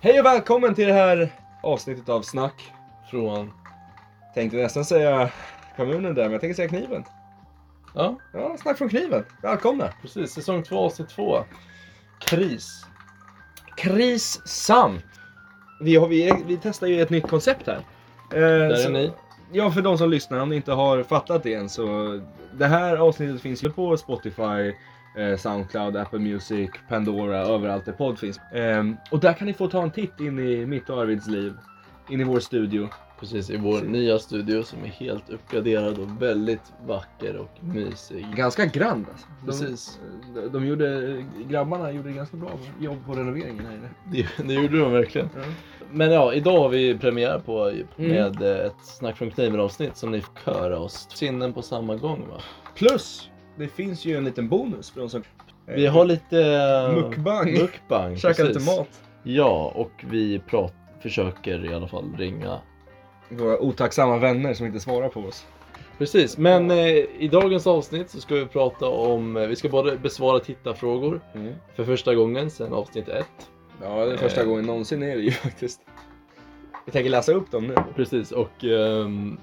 Hej och välkommen till det här avsnittet av Snack från, tänkte nästan säga kommunen där, men jag tänker säga kniven. Ja, Ja, Snack från kniven. Välkomna! precis. Säsong 2, avsnitt 2. Kris. Kris Sam. Vi, har, vi, vi testar ju ett nytt koncept här. Eh, Där så- är ni. Ja, för de som lyssnar, om ni inte har fattat det än så. Det här avsnittet finns ju på Spotify, eh, Soundcloud, Apple Music, Pandora, överallt där podd finns. Ehm, och där kan ni få ta en titt in i mitt och Arvids liv. In i vår studio. Precis, i vår nya studio som är helt uppgraderad och väldigt vacker och mysig. Ganska grand alltså. De- Precis. De, de gjorde, grabbarna gjorde ganska bra jobb på renoveringen här inne. Det, det gjorde de verkligen. Men ja, idag har vi premiär på Mm. med eh, ett Snack från kniven avsnitt som ni får höra oss. Sinnen på samma gång va? Plus, det finns ju en liten bonus för de som... Vi har lite... eh, Mukbang. Mukbang, Käkar lite precis. mat. Ja, och vi prat, försöker i alla fall ringa Våra otacksamma vänner som inte svarar på oss. Precis, men eh, i dagens avsnitt så ska vi prata om, eh, vi ska både besvara tittarfrågor för första gången sedan avsnitt 1. Ja, det är första Eh. gången någonsin är det ju faktiskt. Vi tänker läsa upp dem nu. Precis, och ehm,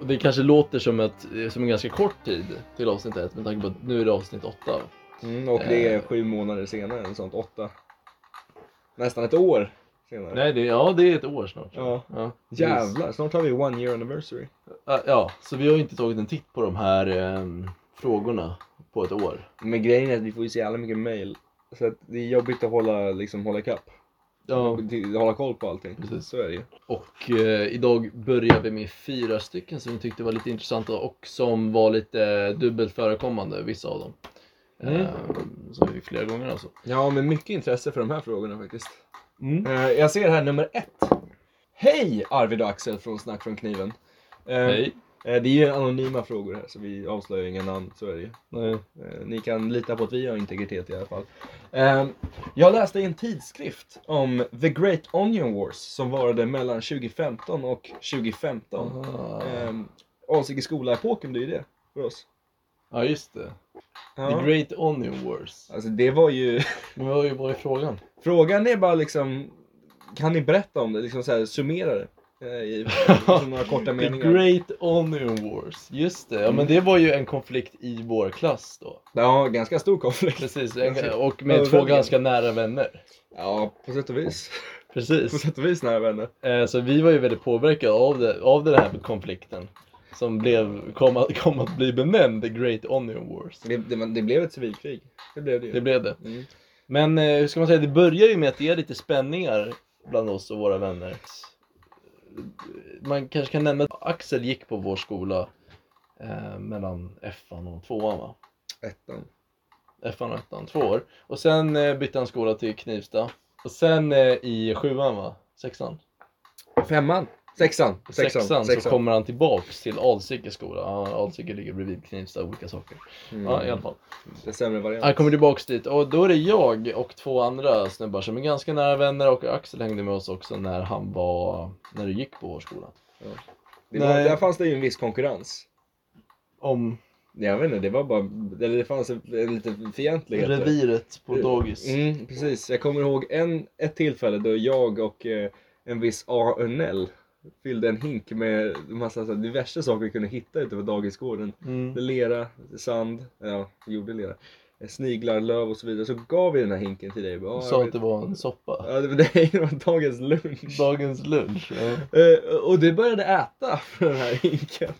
och det kanske låter som, ett, som en ganska kort tid till avsnitt 1 med tanke på att nu är det avsnitt 8. Mm, och det är Eh. sju månader senare, eller sånt. Åtta. Nästan ett år senare. Nej, det, ja det är ett år snart. Ja. Ja, precis. Jävlar, snart har vi one year anniversary. Ja, Ja, så vi har ju inte tagit en titt på de här ehm, frågorna på ett år. Men grejen är att vi får ju så jävla mycket mail. Så att det är jobbigt att hålla, liksom, hålla ikapp. Ja. Till- Hålla koll på allting. Precis. Så är det ju. Och eh, idag börjar vi med fyra stycken som vi tyckte var lite intressanta och som var lite dubbelt förekommande, vissa av dem. Mm. Eh, som vi fick flera gånger alltså. Ja, men mycket intresse för de här frågorna faktiskt. Mm. Eh, jag ser här nummer ett. Hej Arvid och Axel från Snack från kniven. Eh, Nej. eh, Det är ju anonyma frågor här så vi avslöjar inga namn, så är det ju. Eh, Ni kan lita på att vi har integritet i alla fall. Eh, Jag läste i en tidskrift om The Great Onion Wars som varade mellan 2015 och 2015. Aha. Mm. Alsike skola-epoken blir ju det för oss. Ja just det. Ja. The Great Onion Wars. Alltså det var ju... Men vad är, vad är frågan? Frågan är bara liksom, kan ni berätta om det? Liksom så här, summera det. eh, I liksom några korta The meningar. Great Onion Wars. Just det, ja men det var ju en konflikt i vår klass då. Ja, ganska stor konflikt. Precis, en, Precis. och med två Överväldigande. ganska nära vänner. Ja, på sätt och vis. På Precis. sätt och vis nära vänner. Eh, Så vi var ju väldigt påverkade av, det, av den här konflikten. Som blev, kom, att, kom att bli benämnd The Great Onion Wars. Det, det, det blev ett civilkrig. Det blev det ju. Det blev det. Mm. Men eh, hur ska man säga, det börjar ju med att det är lite spänningar bland oss och våra vänner. Man kanske kan nämna att Axel gick på vår skola eh, mellan F1 och 2an va? Ettan. F1 och 1an, två år. Och sen eh, bytte han skola till Knivsta. Och sen eh, i 7an va? 6an? Femman. Sexan. sexan, så Sexan. kommer han tillbaks till Alsike skola. Ja, Alsike ligger bredvid Knivsta olika saker. Mm. Ja, i alla fall. Det är sämre variant. Han kommer tillbaks dit och då är det jag och två andra snubbar som är ganska nära vänner och Axel hängde med oss också när han var, när du gick på vår skola. det var, Nej. där fanns det ju en viss konkurrens. Om Jag vet inte, det var bara, eller det fanns en, en liten fientlighet. där. reviret på dagis. Mm, precis. Jag kommer ihåg en, ett tillfälle då jag och eh, en viss A. Örnell fyllde en hink med massa så här, diverse saker vi kunde hitta ute på dagisgården. Mm. Lera, sand, ja, vi gjorde lera. Eh, Sniglar, löv och så vidare. Så gav vi den här hinken till dig. Bara, Du "Ah, sa jag att det vet." var en soppa. Ja, det var, nej, det var dagens lunch. Dagens lunch. ja. Eh, och du började äta från den här hinken.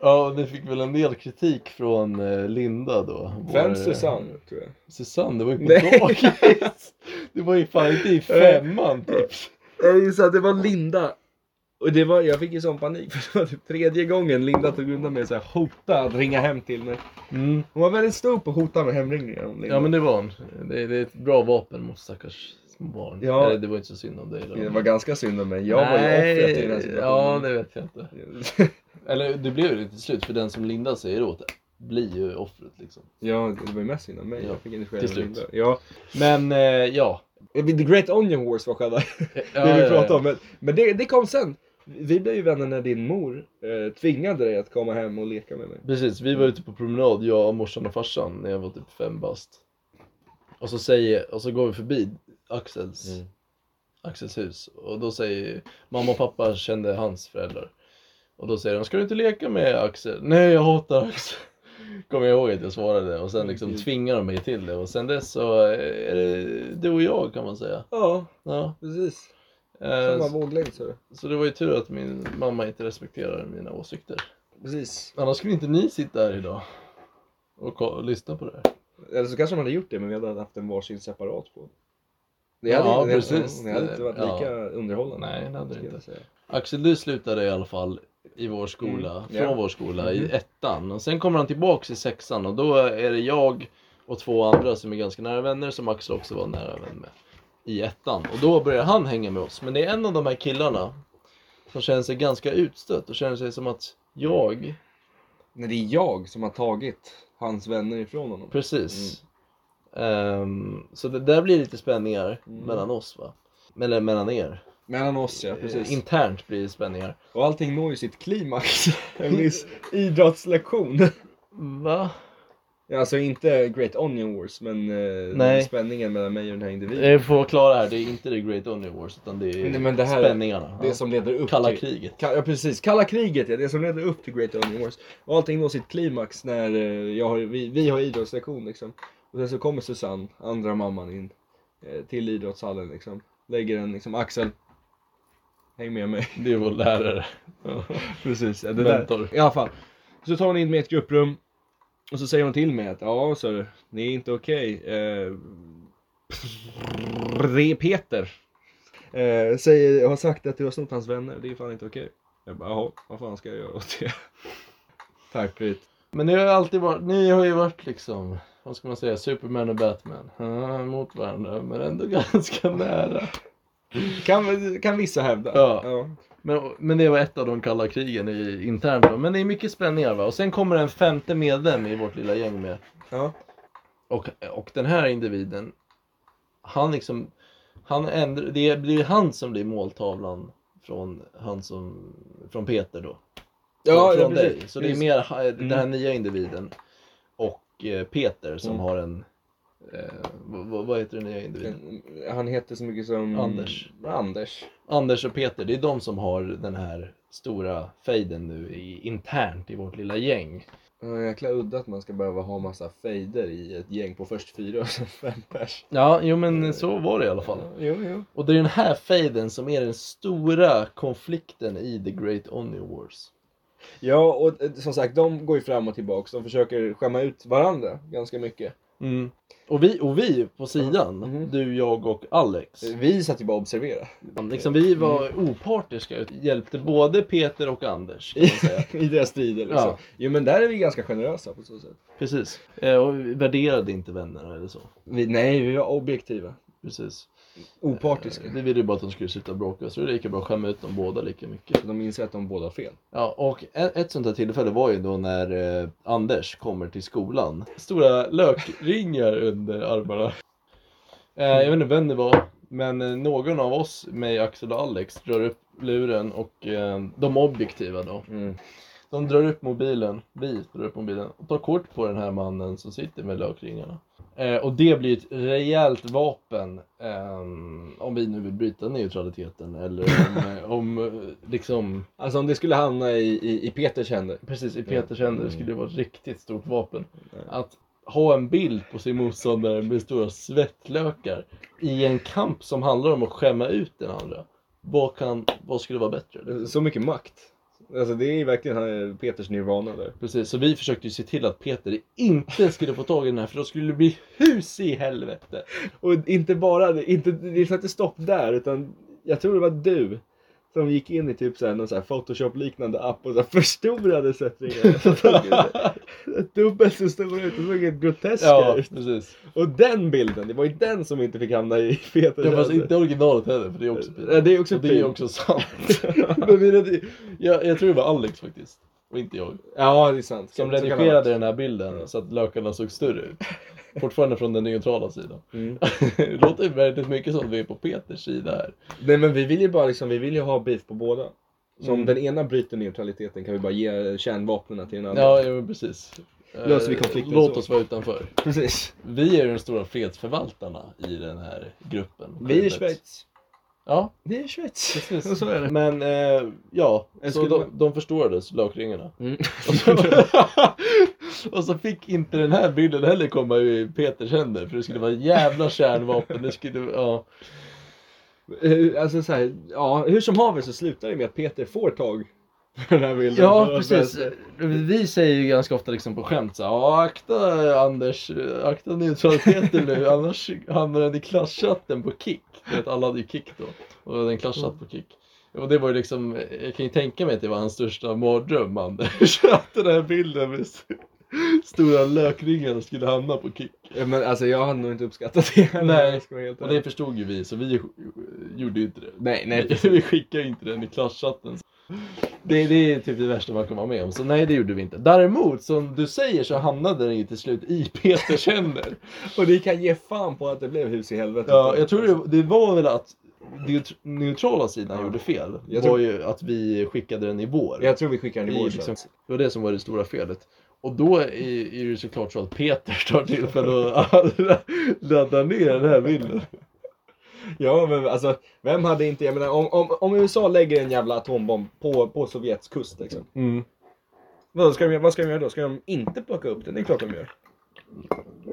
Ja, och ni fick väl en del kritik från eh, Linda då? vår- eh, Främst Susanne, tror jag. Susanne, det var ju på Nej. dagis! Det var ju fan inte i femman typ. Jag gissar att det var Linda. Och det var, jag fick ju sån panik för det var typ tredje gången Linda tog undan mig och så här, hotade att ringa hem till mig. Mm. Hon var väldigt stor på att hota med hemringningar. om Linda. Ja men det var en. Det, det är ett bra vapen mot stackars små barn. Ja. Eller det var inte så synd om dig. då. det var ganska synd om mig. Jag var ju offret i den här Ja situationen. det vet jag inte. Eller du blev ju det till slut för den som Linda säger åt blir ju offret liksom. Ja, det var ju mest synd om mig. Ja, Jag fick inte till skäll slut. Linda. Ja. Men eh, ja. The Great Onion Wars var själva ja det vi ja, pratade ja. om. Men, men det, det kom sen. Vi blev ju vänner när din mor eh, tvingade dig att komma hem och leka med mig. Precis, vi var ute på promenad jag, morsan och farsan när jag var typ fem bast. Och så säger, och så går vi förbi Axels Axels hus. Och då säger mamma och pappa kände hans föräldrar. Och då säger de, ska du inte leka med Axel? Nej, jag hatar Axel. Kommer jag ihåg att jag svarade och sen liksom Gud. tvingar de mig till det och sen dess så är det du och jag kan man säga. Ja, Ja. precis. eh, Samma våglängd så. Så det var ju tur att min mamma inte respekterar mina åsikter. Precis. Annars skulle inte ni sitta här idag och ko- lyssna på det här. Eller så kanske man hade gjort det men vi hade haft en varsin separat på. Det Ja, hade, inte- precis. Det hade inte varit Ja. lika underhållande. Nej, det hade det skulle jag inte. säga. Axel, du slutade i alla fall i vår skola, Mm, från ja. vår skola, i Mhm. ettan. Och sen kommer han tillbaks i sexan och då är det jag och två andra som är ganska nära vänner, som Axel också var nära vän med, i ettan. Och då börjar han hänga med oss. Men det är en av de här killarna som känner sig ganska utstött och känner sig som att jag, Nej, det är jag som har tagit hans vänner ifrån honom. precis. Ehm, så det där blir lite spänningar Mm. mellan oss va? Eller mellan er. Mellan oss ja, precis. Eh, Internt blir det spänningar. Och allting når ju sitt klimax. En viss idrottslektion. Va? Alltså inte Great Onion Wars men eh, Nej. spänningen mellan mig och den här individen. Jag får klara här, det är inte The Great Onion Wars utan det är Nej, men det här- spänningarna. Det typ. som leder upp Kalla till... kriget. Ka- Ja precis, kalla kriget ja, det som leder upp till Great Onion Wars. Och allting når sitt klimax när eh, jag har, vi, vi har idrottslektion liksom. Och sen så kommer Susanne, andra mamman in eh, till idrottshallen liksom. Lägger en liksom, Axel, häng med mig. Det är vår lärare. Precis, ja, det Mentor. där. I alla fall. Så tar hon in mig i ett grupprum. Och så säger hon till mig att ja så ni är inte okej. Eh, det är Peter. Eh, säger, har sagt att du har snott hans vänner, det är fan inte okej. Jag bara jaha, vad fan ska jag göra åt det? Tackligt. Men ni har ju alltid varit, ni har ju varit liksom, vad ska man säga, Superman och Batman. Ja, Mot varandra, men ändå ganska nära. Kan, kan vissa hävda. Ja. ja. Men, men det var ett av de kalla krigen i, internt då. Men det är mycket spänningar va. Och sen kommer en femte medlem i vårt lilla gäng med. Ja. Och, och den här individen, han liksom, han ändr, det blir han som blir måltavlan från, han som, från Peter då. Ja, från ja, från precis. dig. Så det är mer ha- den här Mm. nya individen och eh, Peter som Mm. har en, eh, vad- vad, vad heter den nya individen? Han heter så mycket som... Anders. Anders. Anders och Peter, det är de som har den här stora fejden nu i, internt i vårt lilla gäng. Ja, jäkla udda att man ska behöva ha massa fejder i ett gäng på först fyra och sen fem pers. Ja, jo men så var det i alla fall. Jo, jo. Och det är den här fejden som är den stora konflikten i The Great Onion Wars. Ja, och eh, som sagt, de går ju fram och tillbaks. De försöker skämma ut varandra ganska mycket. Mm. Och, vi, och vi på sidan, Mhm. du, jag och Alex, Eh, Vi satt ju bara och observerade. liksom, vi var opartiska och hjälpte både Peter och Anders. Kan I, man säga. I deras strider liksom. Ja. Jo, men där är vi ganska generösa på så sätt. Precis. Eh, Och vi värderade inte vännerna eller så. Vi, nej, vi var objektiva. Precis. Opartiska. Eh, Vi ville ju bara att de skulle sluta bråka så det är lika bra att skämma ut dem båda lika mycket. De inser att de båda har fel. Ja, och ett, ett sånt här tillfälle var ju då när eh, Anders kommer till skolan. Stora lökringar under armarna. Eh, jag vet inte vem det var, men eh, någon av oss, mig, Axel och Alex, drar upp luren och eh, de objektiva då. De drar upp mobilen, vi drar upp mobilen och tar kort på den här mannen som sitter med lökringarna. Eh, och det blir ett rejält vapen ehm, om vi nu vill bryta neutraliteten eller om, eh, om eh, liksom Alltså om det skulle hamna i, i, i Peters händer. Precis, i Peters Mm. händer skulle det vara ett riktigt stort vapen. Nej. Att ha en bild på sin motståndare med stora svettlökar i en kamp som handlar om att skämma ut den andra. Vad, kan, vad skulle vara bättre? liksom? Så mycket makt. Alltså det är verkligen eh, Peters nirvana där. Precis, så vi försökte ju se till att Peter inte skulle få tag i den här för då skulle det bli hus i helvete. Och inte bara det, inte, det satte stopp där utan jag tror det var du som gick in i typ så här, någon så här photoshop-liknande app och så här förstorade sättningarna. Så såg det Dubbelt så stora ut, det såg helt groteskt Ja, ut. precis. Och den bilden, det var ju den som inte fick hamna i Peter Det var alltså händer. inte originalet heller för det är också Ja, pinsamt. det är också fint. Och det är också sant. Men mina, jag, jag tror det var Alex faktiskt och inte jag. Ja, det är sant. Som Så kan det redigerade vara. den här bilden så att lökarna såg större ut. Fortfarande från den neutrala sidan. Mm. Det låter väldigt mycket som att vi är på Peters sida här. Nej men vi vill ju bara liksom, vi vill ju ha beef på båda. Så om Mm. den ena bryter neutraliteten kan vi bara ge kärnvapnen till den andra. Ja, ja men precis. Löser vi Eh, konflikten Låt så. oss vara utanför. precis. Vi är ju de stora fredsförvaltarna i den här gruppen. Vi är skyddet. Schweiz. Ja, Det är Schweiz. precis. Så är det. Men eh, ja, Jag så skulle- de, de förstorades, lökringarna. Mm. Och så, och så fick inte den här bilden heller komma i Peters händer för det skulle vara jävla kärnvapen. Det skulle, ja. Eh, Alltså så här, ja, hur som haver så slutar det med att Peter får tag på den här bilden. ja, Och precis. sen- Vi säger ju ganska ofta liksom på skämt så här, "Ja, akta Anders, akta neutraliteten nu annars hamnar den i klasschatten på Kik. Du vet, alla hade ju Kik då och den klasschatt på Kik. Och det var ju liksom, jag kan ju tänka mig att det var hans största mardröm Anders, att den här bilden med stora lökringarna skulle hamna på Kik. Ja, Men alltså jag hade nog inte uppskattat det heller, Nej, jag ska vara helt Och ärlig. det förstod ju vi, så vi gjorde ju inte det. Nej, nej. Nej, vi skickade ju inte den i klasschatten. Det, det är typ det värsta man kan vara med om, så nej det gjorde vi inte. Däremot, som du säger så hamnade den ju till slut i Peters händer. Och ni kan ge fan på att det blev hus i helvete. Ja, jag tror det, det var väl att neut- neutrala sidan gjorde fel. Det Jag var tror- ju att vi skickade den i vår. Jag tror vi skickar den i I vår liksom- tjänst. Det var det som var det stora felet. Och då är, är det ju såklart så att Peter tar tillfälle att ladda ner den här bilden. Ja, men alltså, vem hade inte, jag menar om, om, om USA lägger en jävla atombomb på, på Sovjets kust liksom. Mm. Vad ska, de, göra- vad ska de göra då? Ska de inte plocka upp den? Det är klart de gör.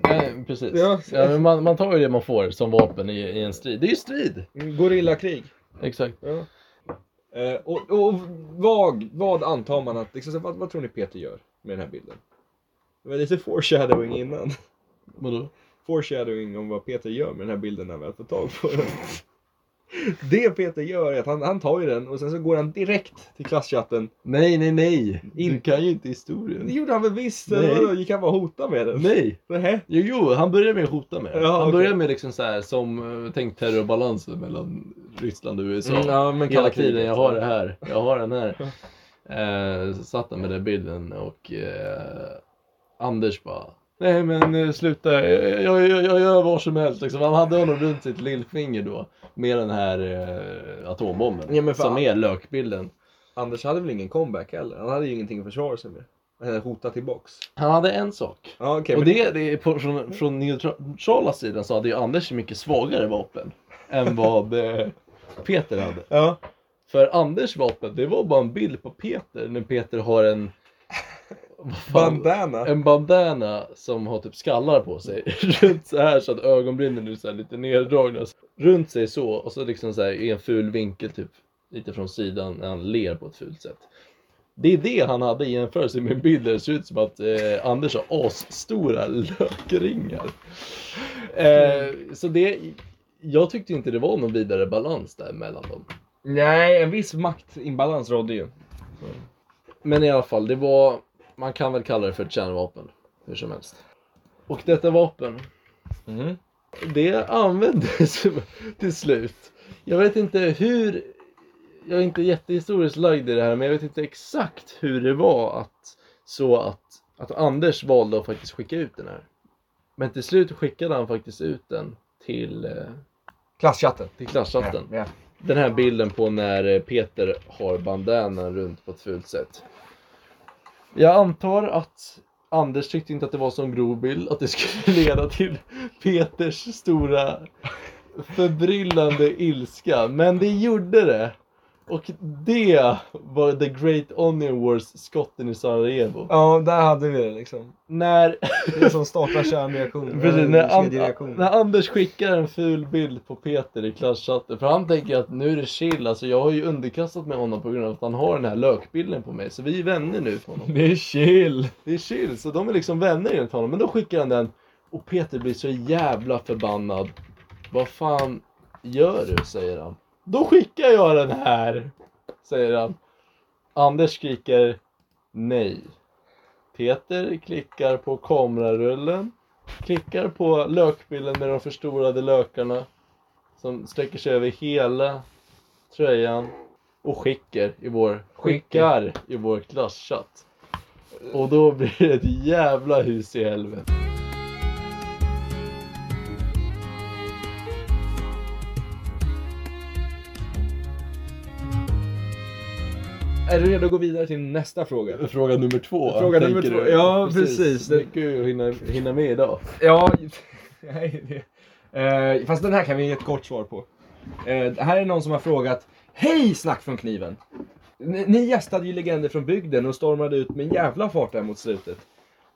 Nej, precis. Ja. Ja. men man, man tar ju det man får som vapen i, i en strid. Det är ju strid! Mm, Gorillakrig. Exakt. Ja. Eh, och och vad, vad antar man att, liksom, så vad, vad tror ni Peter gör med den här bilden? Det var lite foreshadowing innan. Vadå? Foreshadowing om vad Peter gör med den här bilden när han väl får tag på den. Det Peter gör är att han, han tar ju den och sen så går han direkt till klasschatten. Nej, nej, nej! In- Du kan ju inte Det historien. gjorde han väl visst! Nej. eller vadå? Gick han bara och hotade med den? Nej! Nähä? Jo, jo, han börjar med att hota med det. Ja, Han okej. börjar med liksom så här, som eh, tänk terrorbalansen mellan Ryssland och USA. Mm, ja, men Hela kalla tiden, kriget. jag har det här, jag har den här. Eh, så satt han med den bilden och eh, Anders bara Nej men eh, sluta, jag, jag, jag, jag gör vad som helst liksom. Han hade honom runt sitt lillfinger då med den här eh, atombomben Ja, men fan. som är lökbilden. Anders hade väl ingen comeback heller? Han hade ju ingenting att försvara sig med. Han hade hotat tillbaks. Han hade en sak. Ja, okej. och men- det, det är på, från, från neutrala sidan så hade ju Anders mycket svagare vapen än vad eh, Peter hade. Ja. För Anders vapen, det var bara en bild på Peter när Peter har en vad fan- Bandana. En bandana som har typ skallar på sig runt så här så att ögonbrynen är så här lite neddragna. Runt sig så och så liksom så här i en ful vinkel typ lite från sidan när han ler på ett fult sätt. Det är det han hade i jämförelse med bilden. Det ser ut som att eh, Anders har asstora lökringar. Eh, så det, jag tyckte inte det var någon vidare balans där mellan dem. Nej, en viss maktimbalans rådde ju. Men i alla fall, det var, man kan väl kalla det för ett kärnvapen. Hur som helst. Och detta vapen det användes till slut. Jag vet inte hur, jag är inte jättehistoriskt lagd i det här, men jag vet inte exakt hur det var att så att, att Anders valde att faktiskt skicka ut den här. Men till slut skickade han faktiskt ut den till, eh, Klasschatten. till klasschatten. Den här bilden på när eh, Peter har bandanan runt på ett fult sätt. Jag antar att Anders tyckte inte att det var sån grov bild, att det skulle leda till Peters stora förbryllande ilska. Men det gjorde det. Och det var The Great Onion Wars, skotten i Sarajevo. Ja, där hade vi det liksom. När, Det som startar eh, kärnreaktionen. precis, eller när, An- kedjereaktionen. när Anders skickar en ful bild på Peter i klasschatten, för han tänker att nu är det chill, alltså jag har ju underkastat mig honom på grund av att han har den här lökbilden på mig, så vi är vänner nu. På honom. Det är chill! Det är chill, så de är liksom vänner enligt honom. Men då skickar han den och Peter blir så jävla förbannad. Vad fan gör du? säger han. Då skickar jag den här! Säger han. Anders skriker nej. Peter klickar på kamerarullen. Klickar på lökbilden med de förstorade lökarna. Som sträcker sig över hela tröjan. Och skickar i vår, skickar i vår klasschatt. Och då blir det ett jävla hus i helvete. Är du redo att gå vidare till nästa fråga? Fråga nummer två. Fråga tänker nummer två, du? ja, precis. Det är mycket att hinna, hinna med idag. Ja, nej, det... Eh, fast den här kan vi ge ett kort svar på. Eh, här är någon som har frågat Hej Snack från kniven! Ni, ni gästade ju Legender från bygden och stormade ut med en jävla fart där mot slutet.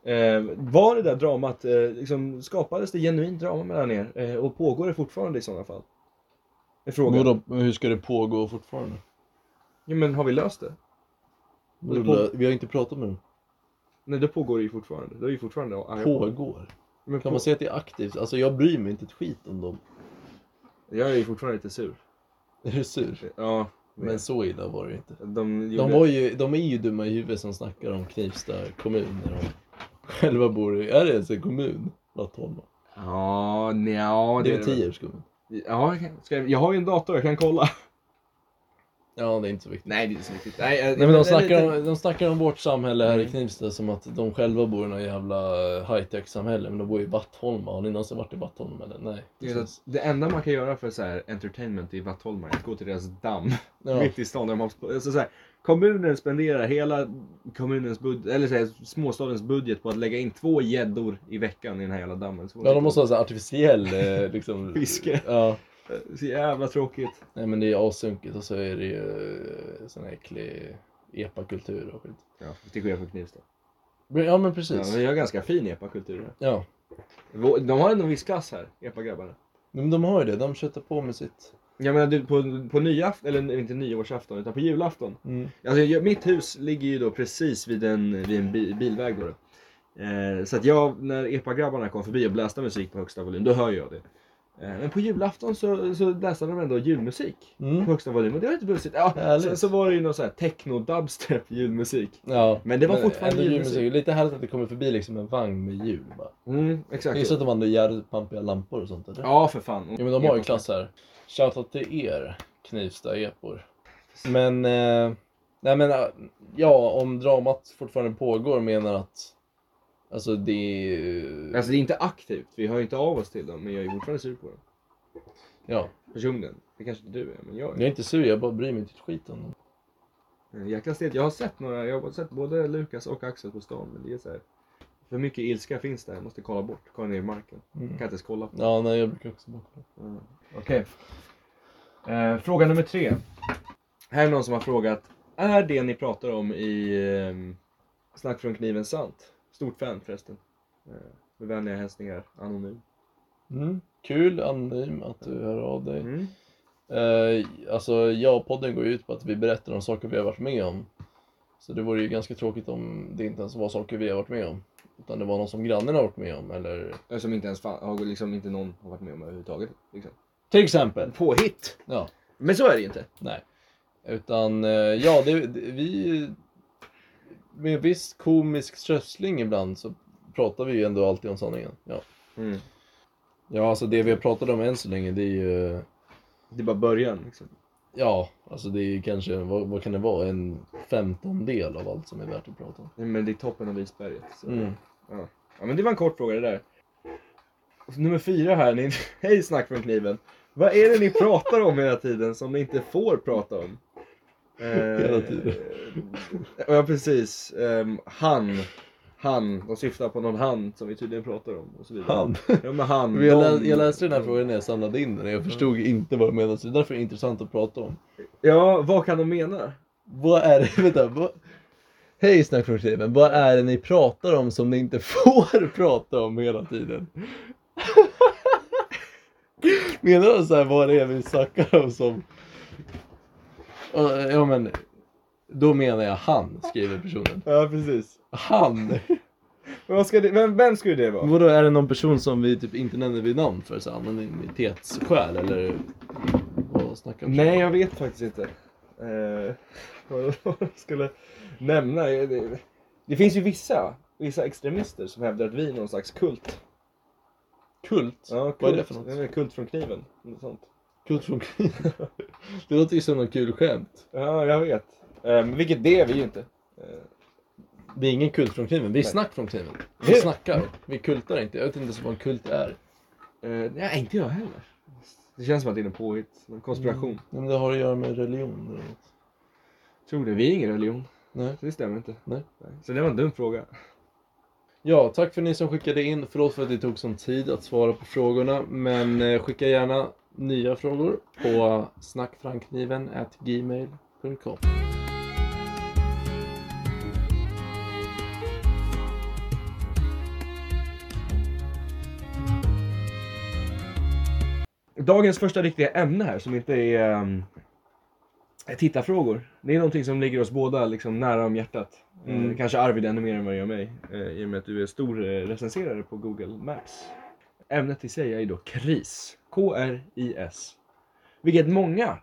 Eh, var det där dramat, eh, liksom, skapades det genuint drama mellan er? Eh, och pågår det fortfarande i sådana fall? Är frågan. Vadå, hur ska det pågå fortfarande? Jo, men har vi löst det? Vadå, på- Vi har inte pratat med dem. Nej, det pågår det ju fortfarande. Det är ju fortfarande arga på. Pågår? Men på. Kan man säga att det är aktivt? Alltså jag bryr mig inte ett skit om dem. Jag är ju fortfarande lite sur. Är du sur? Ja, Men så illa var det inte. de gjorde... De, var ju, de är ju dumma i huvudet som snackar om Knivsta kommun när de själva bor i... Är det ens en kommun? Lattholma? Ja, nja, det är väl det. Tierps kommun? Ja, jag kan- ska jag... jag har ju en dator, jag kan kolla. Ja, det är inte så viktigt. Nej, det är inte så viktigt. Nej, eh, Nej men det är de snackar, lite- om, de snackar om vårt samhälle här i Mm. Knivsta som att de själva bor i något jävla eh, high-tech samhälle men de bor i Vattholma. Har ni någonsin varit i Vattholma eller? Nej. Det, är att det enda man kan göra för så här entertainment i Vattholma är att gå till deras damm Ja. mitt i stan. Där de har, alltså så här, kommunen spenderar hela kommunens bud, eller så här, småstadens budget på att lägga in två gäddor i veckan i den här jävla dammen. Så ja, de måste ha så här artificiell eh, liksom... Fiske. Ja. Så jävla tråkigt. Nej men det är asunkigt och så är det ju eh, sån här äcklig epakultur och skit. Ja, till skillnad från Knivsta. Men- Ja men Ja, precis. men jag har ganska fin epakultur här. Ja. Vå- De har ändå en viss klass här, epagrabbarna. Men de har ju det, de köttar på med sitt. Jag menar du, på, på nyafton, eller inte nyårsafton, utan på julafton. Mm. Alltså, jag, mitt hus ligger ju då precis vid en, vid en bi, bilväg. Då. Eh, så att jag, när epagrabbarna kom förbi och bläste musik på högsta volym, då hör jag det. Eh, men på julafton så, så bläste de ändå julmusik Mm. på högsta volym och det var inte bussigt. Ja, Härligt. sen så var det ju någon sån här techno-dubstep julmusik. Ja. Men det var fortfarande ändå julmusik. julmusik. Lite härligt att det kommer förbi liksom en vagn med hjul bara. Mm, Det exakt. är så att de använder jävligt pampiga lampor och sånt eller? Ja, för fan. Ja men de har ju klass här. Shoutout till er Knivsta-epor. Men, eh, nej men eh, ja om dramat fortfarande pågår menar att Alltså det är... Alltså det är inte aktivt, vi hör ju inte av oss till dem, men jag är ju fortfarande sur på dem. Ja, Personligen. Det kanske inte du är, men jag är. jag är inte sur, jag bara bryr mig inte ett skit om dem. Eh, Jäkla stelt. Jag har sett några, jag har sett både Lukas och Axel på stan. Men det är så här, för mycket ilska finns där. Jag måste kolla bort. Kolla ner i marken. Jag kan inte ens kolla på. Mm. Ja, nej jag brukar också bara Mm. Okej. Eh, fråga nummer tre. Här är någon som har frågat. Är det ni pratar om i eh, Snack från kniven sant? Stort fan förresten. Eh, med vänliga hälsningar, anonym. Mm. Kul anonym att du hör av dig. Mm. Eh, alltså ja, podden går ju ut på att vi berättar om saker vi har varit med om. Så det vore ju ganska tråkigt om det inte ens var saker vi har varit med om. Utan det var någon som grannen har varit med om eller Eh, Som inte ens fan, har liksom inte någon har varit med om överhuvudtaget. Liksom. till exempel. Påhitt! Ja, Men så är det ju inte. nej. Utan eh, ja, det, det, vi med viss komisk strössling ibland så pratar vi ju ändå alltid om sanningen. Ja. Mm. ja, alltså det vi har pratat om än så länge det är ju Det är bara början. Liksom. Ja, alltså det är ju kanske, vad, vad kan det vara, en femtondel av allt som är värt att prata om. Nej, Men det är toppen av isberget. Så. Mm. Ja men det var en kort fråga det där. Nummer fyra här, ni... hej snack från kniven. Vad är det ni pratar om hela tiden som ni inte får prata om? Eh, Hela tiden. eh, Ja precis, Ehm, han, han, de syftar på någon han som vi tydligen pratar om och så vidare. Han. Ja men han, Jag, de- lä- jag läste den här frågan när jag samlade in den och jag Mm. förstod inte vad de menade, så det är därför det är intressant att prata om. Ja, vad kan de mena? Vad är det, vänta, vad... Hej snackfrågeteven, vad är det ni pratar om som ni inte får prata om hela tiden? Menar de såhär vad det är vi snackar om som... Ja, Ja men, då menar jag han, skriver personen. Ja precis. Han! Vad ska det... vem, vem skulle det vara? Men Vadå, är det någon person som vi typ inte nämner vid namn för så här anonymitetsskäl eller vad snackar vi om? Nej, jag vet faktiskt inte. Eh, vad vad jag skulle nämna. Det, det finns ju vissa, vissa extremister som hävdar att vi är någon slags kult. Kult? Ja, kult. Vad är det för något? Jag menar, kult från kniven. Något sånt. Kult från Det låter ju som någon kul skämt. Ja, jag vet. Eh, vilket det är vi ju inte. Eh, Det är ingen kult från kniven, vi är Nej. snack från kniven. Vi Det- snackar, vi kultar inte. Jag vet inte ens vad en kult är. eh, nej, inte jag heller. Mm. Det känns som att det är något påhitt. Någon konspiration. Nej, Mm. men det har att göra med religion eller något. Tror det. Vi är ingen religion. Nej. Så det stämmer inte. Nej. Så det var en dum fråga. Ja, tack för ni som skickade in. Förlåt för att det tog sån tid att svara på frågorna, men eh, skicka gärna nya frågor på snackfrankniven.gmail.com Dagens första riktiga ämne här som inte är ehm, tittarfrågor. Det är någonting som ligger oss båda liksom nära om hjärtat. Eh, Mm. kanske Arvid ännu mer än vad det gör mig. eh, I och med att du är stor eh, recenserare på Google Maps. Ämnet i sig är då KRIS. K-R-I-S. Vilket många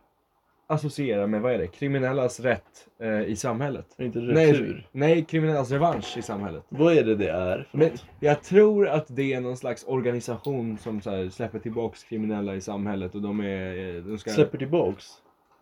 associerar med, vad är det? Kriminellas rätt eh, i samhället. Inte Nej, retur. nej, kriminellas revansch i samhället. Vad är det det är för Men något? jag tror att det är någon slags organisation som så här släpper tillbaks kriminella i samhället och de är... eh, De ska... Släpper tillbaks?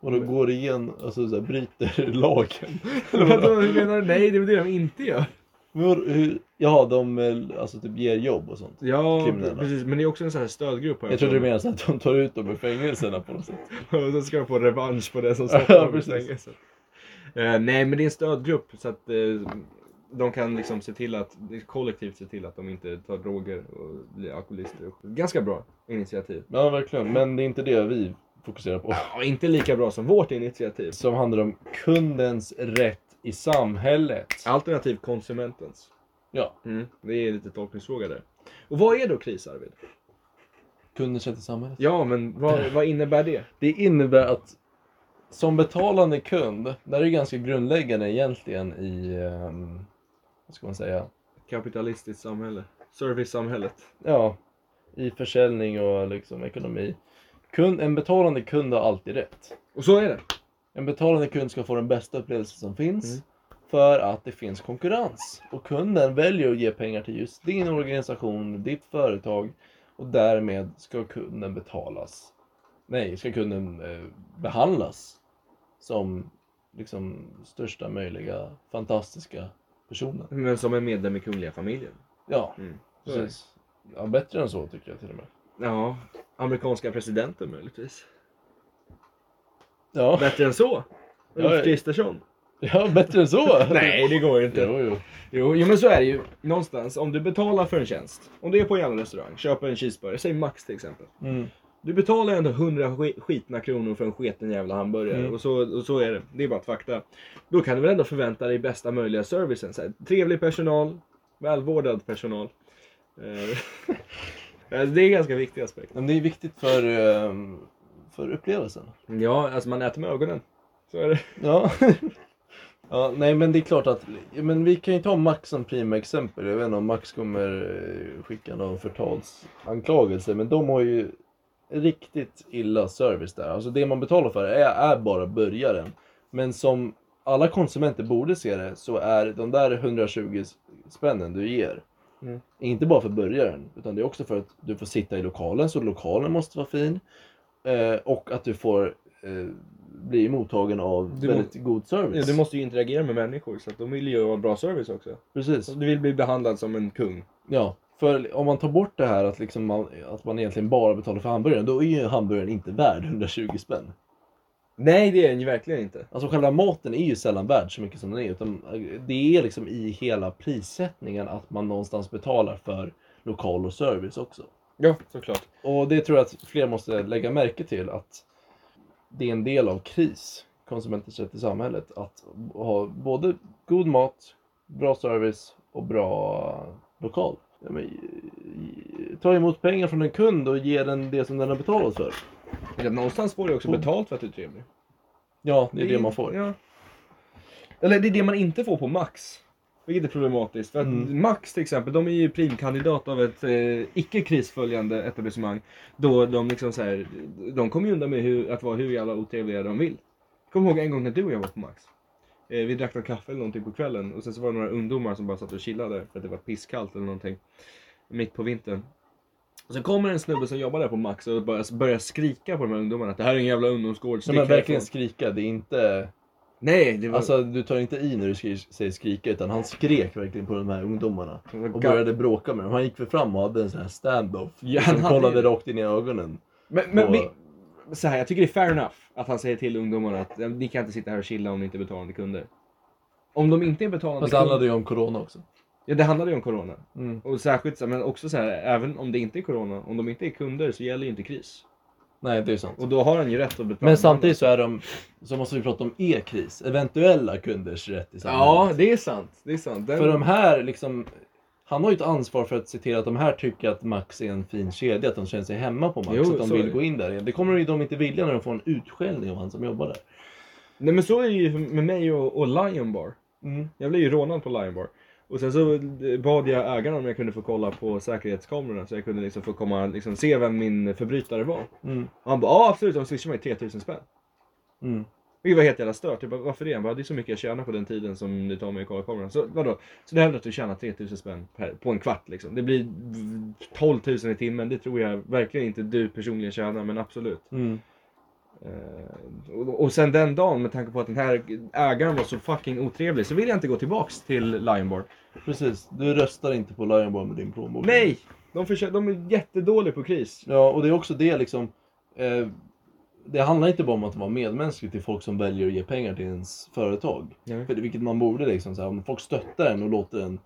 Och då Men- går igen, alltså så här, bryter lagen? Eller vadå? Vadå, hur menar du? Nej, det är väl det de inte gör. Men vadå, hur- Jaha, de eh, alltså typ ger jobb och sånt? Ja, Kriminella. precis. Men det är också en sån här stödgrupp. Jag trodde du menade så att de tar ut dem ur fängelserna på något sätt. menade... Och så ska de få revansch på det som Ja, satt dem i precis. fängelset. Eh, nej, men det är en stödgrupp så att eh, de kan liksom se till att kollektivt se till att de inte tar droger och blir alkoholister. Ganska bra initiativ. Ja, verkligen. Men det är inte det vi fokuserar på. Ja, inte lika bra som vårt initiativ. Som handlar om kundens rätt i samhället. Alternativ konsumentens. Ja, Mm, det är lite tolkningsfråga där. Och vad är då kris Arvid? kundens rätt i samhället. Ja, men vad, vad innebär det? Det innebär att som betalande kund, det här är ju ganska grundläggande egentligen i, ehm, vad ska man säga, Kapitalistiskt samhälle. Servicesamhället. ja, i försäljning och liksom ekonomi. Kund, en betalande kund har alltid rätt. Och så är det. En betalande kund ska få den bästa upplevelsen som finns Mm. för att det finns konkurrens. Och kunden väljer att ge pengar till just din organisation, ditt företag och därmed ska kunden betalas. Nej, ska kunden eh, behandlas som liksom största möjliga fantastiska personen. Men som en medlem i Kungliga familjen. Ja, Mm. Så är det. precis. Ja, bättre än så tycker jag till och med. Ja, amerikanska presidenten möjligtvis. Ja, Bättre än så? Ja, Ulf ja. Kristersson? ja bättre än så! Nej, det går inte. Jo, jo. Jo, jo, men så är det ju. Någonstans, om du betalar för en tjänst. Om du är på en jävla restaurang, köper en cheeseburgare, säg Max till exempel. Mm. Du betalar ändå 100 sk- skitna kronor för en sketen jävla hamburgare. Mm. Och, så, och så är det. Det är bara ett fakta. Då kan du väl ändå förvänta dig bästa möjliga servicen. Så här, trevlig personal, välvårdad personal. Eh, alltså, det är en ganska viktig aspekt. Men det är viktigt för, ehm, för upplevelsen. Ja, alltså man äter med ögonen. Så är det. Ja. ja, nej men det är klart att, men vi kan ju ta Max som prima exempel. Jag vet inte om Max kommer eh, skicka någon förtalsanklagelse, men de har ju riktigt illa service där. Alltså det man betalar för är, är bara börjaren. Men som alla konsumenter borde se det så är de där 120 spännen du ger Mm. inte bara för börjaren utan det är också för att du får sitta i lokalen så lokalen måste vara fin eh, och att du får eh, bli mottagen av Du må- väldigt god service. Du måste ju interagera med människor så att de vill ju ha bra service också. Precis. Så du vill bli behandlad som en kung. Ja, för om man tar bort det här att, liksom man, att man egentligen bara betalar för hamburgaren då är ju hamburgaren inte värd 120 spänn. Nej, det är den ju verkligen inte. Alltså själva maten är ju sällan värd så mycket som den är. Utan det är liksom i hela prissättningen att man någonstans betalar för lokal och service också. Ja, såklart. Och det tror jag att fler måste lägga märke till att det är en del av KRIS, konsumenters rätt i samhället, att ha både god mat, bra service och bra lokal. Ja, men, eh, ta emot pengar från en kund och ge den det som den har betalat för. Ja, någonstans får du också betalt för att du är trevlig. Ja, det är det man får. Ja. Eller det är det man inte får på Max. Vilket är problematiskt. För att Mm. Max till exempel, de är ju primkandidat av ett eh, icke-krisföljande etablissemang. Då de liksom så här, de kommer ju undan med hur, att vara hur jävla otrevliga de vill. Jag kommer ihåg en gång när du och jag var på Max. Eh, vi drack någon kaffe eller någonting på kvällen och sen så var det några ungdomar som bara satt och chillade för att det var pisskallt eller någonting. Mitt på vintern. Och sen kommer en snubbe som jobbar där på Max och bara börjar skrika på de här ungdomarna att det här är en jävla ungdomsgård, Nej, stick men verkligen härifrån." skrika, det är inte... Nej, det var... Alltså du tar inte i när du skri- säger skrika utan han skrek verkligen på de här ungdomarna. Det var Och ga- började bråka med dem. Han gick väl fram och hade en sån här stand-off. Ja, han som hade kollade ju- rakt in i ögonen. Men, men på- vi, så här, jag tycker det är fair enough att han säger till ungdomarna att eh, ni kan inte sitta här och chilla om ni inte är betalande kunder. Om de inte är betalande Fast det handlade ju om corona också. Ja, det handlar ju om corona. Mm. Och särskilt, så- men också så här, även om det inte är corona, om de inte är kunder så gäller ju inte kris. Nej, det är ju sant. Och då har han ju rätt att betala. Men samtidigt så är de, så måste vi prata om e-kris, eventuella kunders rätt i samhället. Ja, det är sant. Det är sant. Den... För de här liksom, han har ju ett ansvar för att se till att de här tycker att Max är en fin kedja, att de känner sig hemma på Max, Jo, att de så är vill det. gå in där igen. Det kommer ju de inte vilja när de får en utskällning av han som jobbar där. Nej men så är det ju med mig och, och Lion Bar. Jag blev ju rånad på Lion Bar. Och sen så eh, bad jag ägaren om jag kunde få kolla på säkerhetskamerorna så jag kunde liksom få komma, liksom, se vem min förbrytare var. Mm. Och han bara ja absolut, de swishar mig 3000 spänn. Mm. Vilket var helt jävla stört. Jag bara, varför det? Han bara, det är så mycket jag tjänar på den tiden som det tar mig att kolla kameran. Så vadå? Så det hävdar att du tjänar 3000 spänn per, på en kvart liksom. Det blir 12 000 i timmen. Det tror jag verkligen inte du personligen tjänar, men absolut. Mm. Eh, och, och sen den dagen, med tanke på att den här ägaren var så fucking otrevlig, så vill jag inte gå tillbaks till Lionborg. Precis, du röstar inte på Lionborg med din plånbok. Nej! De, försö- de är jättedåliga på kris. Ja, och det är också det liksom. Eh, det handlar inte bara om att vara medmänsklig till folk som väljer att ge pengar till ens företag. Nej. För det, vilket man borde liksom, så här, om folk stöttar en och låter en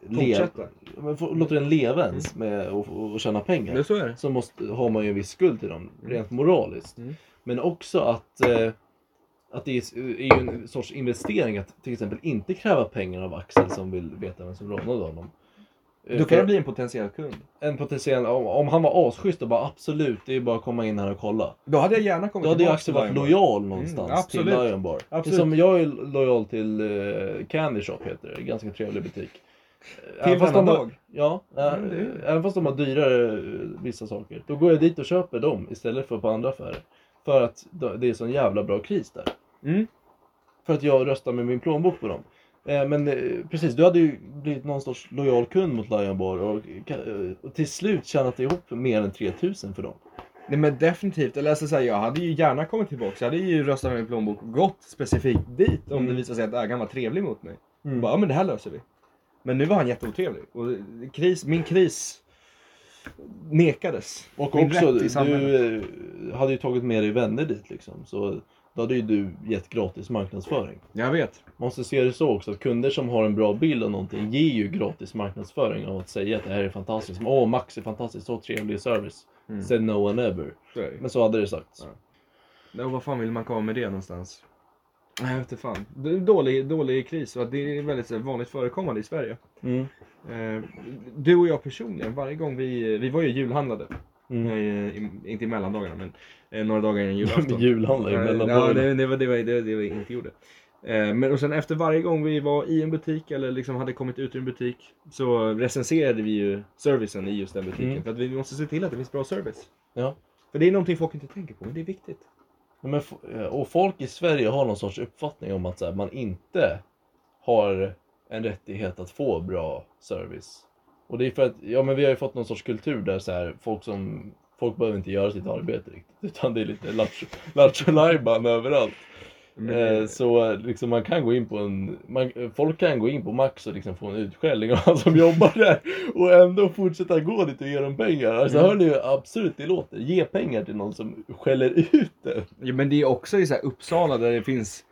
leva, Fortsätta. men, få- låter en leva ens med, och, och, och tjäna pengar. Men så är det. så måste, har man ju en viss skuld till dem, Mm. rent moraliskt. Mm. Men också att, eh, att det är, är ju en sorts investering att till exempel inte kräva pengar av Axel som vill veta vem som rånade honom. Eh, Du för kan bli en potentiell kund. en potentiell, om, om han var asschysst och bara absolut, det är ju bara att komma in här och kolla. Då hade jag gärna kommit Då hade ju tillbaks till Axel varit Lionborg. lojal någonstans Mm, till absolut. Lion Bar. Absolut. Som jag är lojal till eh, Candy Shop heter det, ganska trevlig butik. Eh, Till även fast de denna har- dag. Ja, eh, Mm, det är- även fast de har dyrare eh, vissa saker. Då går jag dit och köper dem istället för på andra affärer. För att då- det är sån jävla bra kris där. Mm. För att jag röstar med min plånbok på dem. Eh, Men eh, precis, du hade ju blivit någon sorts lojal kund mot Lion Bar och, eh, och till slut tjänat ihop mer än 3000 för dem. Nej men definitivt. Eller alltså, så här, jag hade ju gärna kommit tillbaka. Jag hade ju röstat med min plånbok och gått specifikt dit om Mm. det visade sig att ägaren var trevlig mot mig. Mm. Bara, ja men det här löser vi. Men nu var han jätteotrevlig. Och kris, min kris nekades. Och Min också, rätt i samhället. du eh, hade ju tagit med dig vänner dit liksom. Så då hade ju du gett gratis marknadsföring. Jag vet. Man måste se det så också, att kunder som har en bra bild av någonting ger ju gratis marknasföring av att säga att det här är fantastiskt. Åh, Max är fantastiskt, så trevlig service. Mm. Said no one ever. Så är det ju. Men så hade det sagts. Ja. Nej, och vad fan vill man komma med det någonstans? Nej, jag vet inte fan. Det är dålig, dålig kris och att det är väldigt så här, vanligt förekommande i Sverige. Mm. Eh, du och jag personligen, varje gång vi... Vi var ju julhandlade. Mm. Nej, eh, i, inte i mellandagarna men eh, några dagar innan julafton. Julhandlare Eh, mellan ja, det, det var det, var, det, det vi inte gjorde. Eh, Men och sen efter varje gång vi var i en butik eller liksom hade kommit ut ur en butik så recenserade vi ju servicen i just den butiken. Mm. För att vi måste se till att det finns bra service. Ja. För det är någonting folk inte tänker på, men det är viktigt. Ja, Men, f- eh, och folk i Sverige har någon sorts uppfattning om att så här, man inte har en rättighet att få bra service. Och det är för att, ja men vi har ju fått någon sorts kultur där så här, folk som, folk behöver inte göra sitt arbete riktigt. Utan det är lite lattjo- lattjo lajban överallt. Eh, Så eh, liksom man kan gå in på en, man, eh, folk kan gå in på Max och liksom få en utskällning av han som jobbar där och ändå fortsätta gå dit och ge dem pengar. Alltså Mm. hör ni hur absurt det låter? Ge pengar till någon som skäller ut en. Ja, men det är också i så här Uppsala där det finns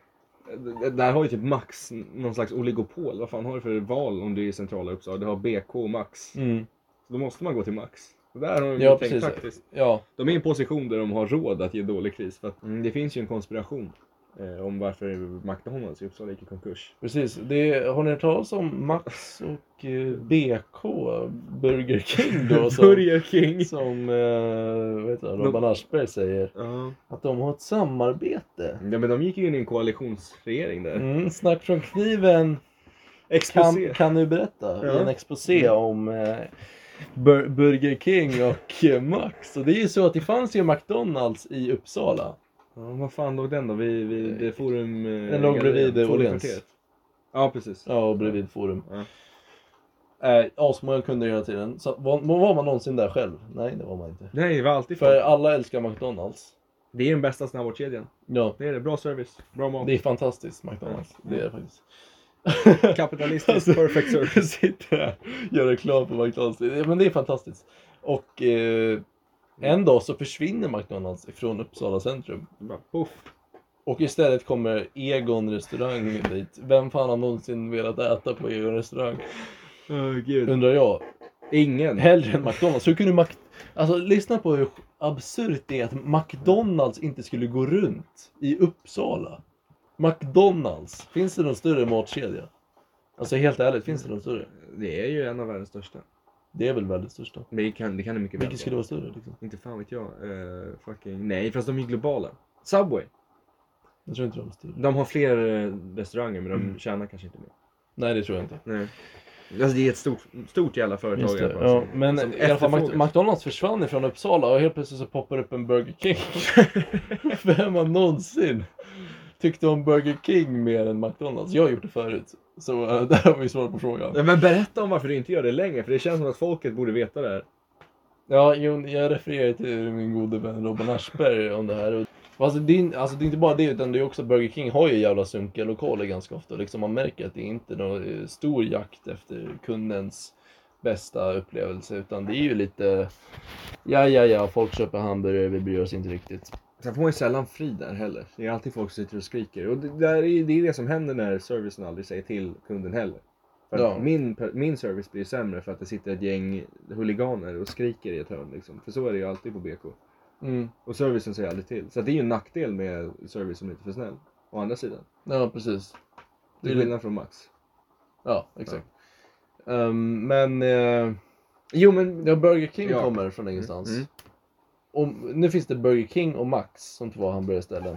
där har ju typ Max någon slags oligopol. Vad fan har du för val om du är i centrala Uppsala? Du har BK och Max. Mm. Då måste man gå till Max. Och där har de Ja, ju tänkt precis. taktiskt. Ja, De är i en position där de har råd att ge dålig kris. För att, mm, det finns ju en konspiration eh, om varför McDonalds i Uppsala gick i konkurs. precis. Det, har ni hört talas om Max och eh, BK, Burger King då? Som, Burger King! som eh, vad heter det, Robban Aschberg säger. Ja. Att de har ett samarbete. ja, men de gick ju in i en koalitionsregering där. Mm, snack från kniven. Exposé. kan, kan du berätta i Ja. en exposé om eh, Bur- Burger King och eh, Max? Och det är ju så att det fanns ju McDonalds i Uppsala. Ja, vad fan låg den då? Vid, vid det forum... eh, Den låg gallerian, bredvid Åhléns. forumkvarteret. Ja, precis. Ja, och bredvid Forum. Ja. Eh, Asmånga kunder hela tiden. Så var, var man någonsin där själv? Nej, det var man inte. Nej, det var alltid För för... alla älskar McDonalds. Det är den bästa snabbmatskedjan. Ja, Det är det. Bra service, bra mat. det är fantastiskt McDonalds. Det är det faktiskt. Kapitalistisk Alltså, perfect service. Sitter här och gör reklam på McDonalds. Det- Men det är fantastiskt. Och eh, en dag så försvinner McDonalds ifrån Uppsala centrum. Bara poff. Och istället kommer Egon restaurang dit. Vem fan har någonsin velat äta på Egon restaurang? Åh gud. Undrar jag. Ingen. Hellre än McDonalds. Hur kunde, Mac- Alltså lyssna på hur absurt det är att McDonalds inte skulle gå runt i Uppsala. McDonalds, finns det någon större matkedja? Alltså helt ärligt, finns det någon större? Det är ju en av världens största. Det är väl världens största. Det kan det, kan det mycket väl Vilket skulle vara större liksom? Inte fan vet jag. Eh, fucking... Nej, fast de är ju globala. Subway. Jag tror inte de är större. De har fler eh, restauranger men de tjänar kanske inte mer. Nej det tror jag inte. Nej. Alltså det är ett stort, stort jävla företag Just i alla det. fall, Ja, som- men som i alla fall Mac- efterfrågas. McDonalds försvann ifrån Uppsala och helt plötsligt så poppar upp en Burger King. Vem har någonsin tyckt om Burger King mer än McDonalds? Jag har gjort det förut. Så eh, där har vi svarat på frågan. Nej, Men berätta om varför du inte gör det längre för det känns som att folket borde veta det här. Ja, jo, jag refererar till min gode vän Robin Aschberg om det här. Och Alltså det, är, in- alltså det är inte bara det utan det är också Burger King har ju jävla sunkiga lokaler ganska ofta. Liksom man märker att det är inte någon eh, stor jakt efter kundens bästa upplevelse utan det är ju lite ja ja ja folk köper hamburgare vi bryr oss inte riktigt. Sen får man ju sällan fri där heller. Det är alltid folk som sitter och skriker. Och det, där är, det är det som händer när servicen aldrig säger till kunden heller. För att Ja. min, per- min service blir sämre för att det sitter ett gäng huliganer och skriker i ett hörn. Liksom. För så är det ju alltid på BK. Och servicen säger aldrig till. Så att det är ju en nackdel med service som är lite för snäll. Å andra sidan. Ja precis. Det är Mm. skillnad från Max. Ja exakt. Ehm, men eh, Jo men... ja, Burger King Ja. kommer från ingenstans. Mm. Och nu finns det Burger King och Max som två hamburgerställen.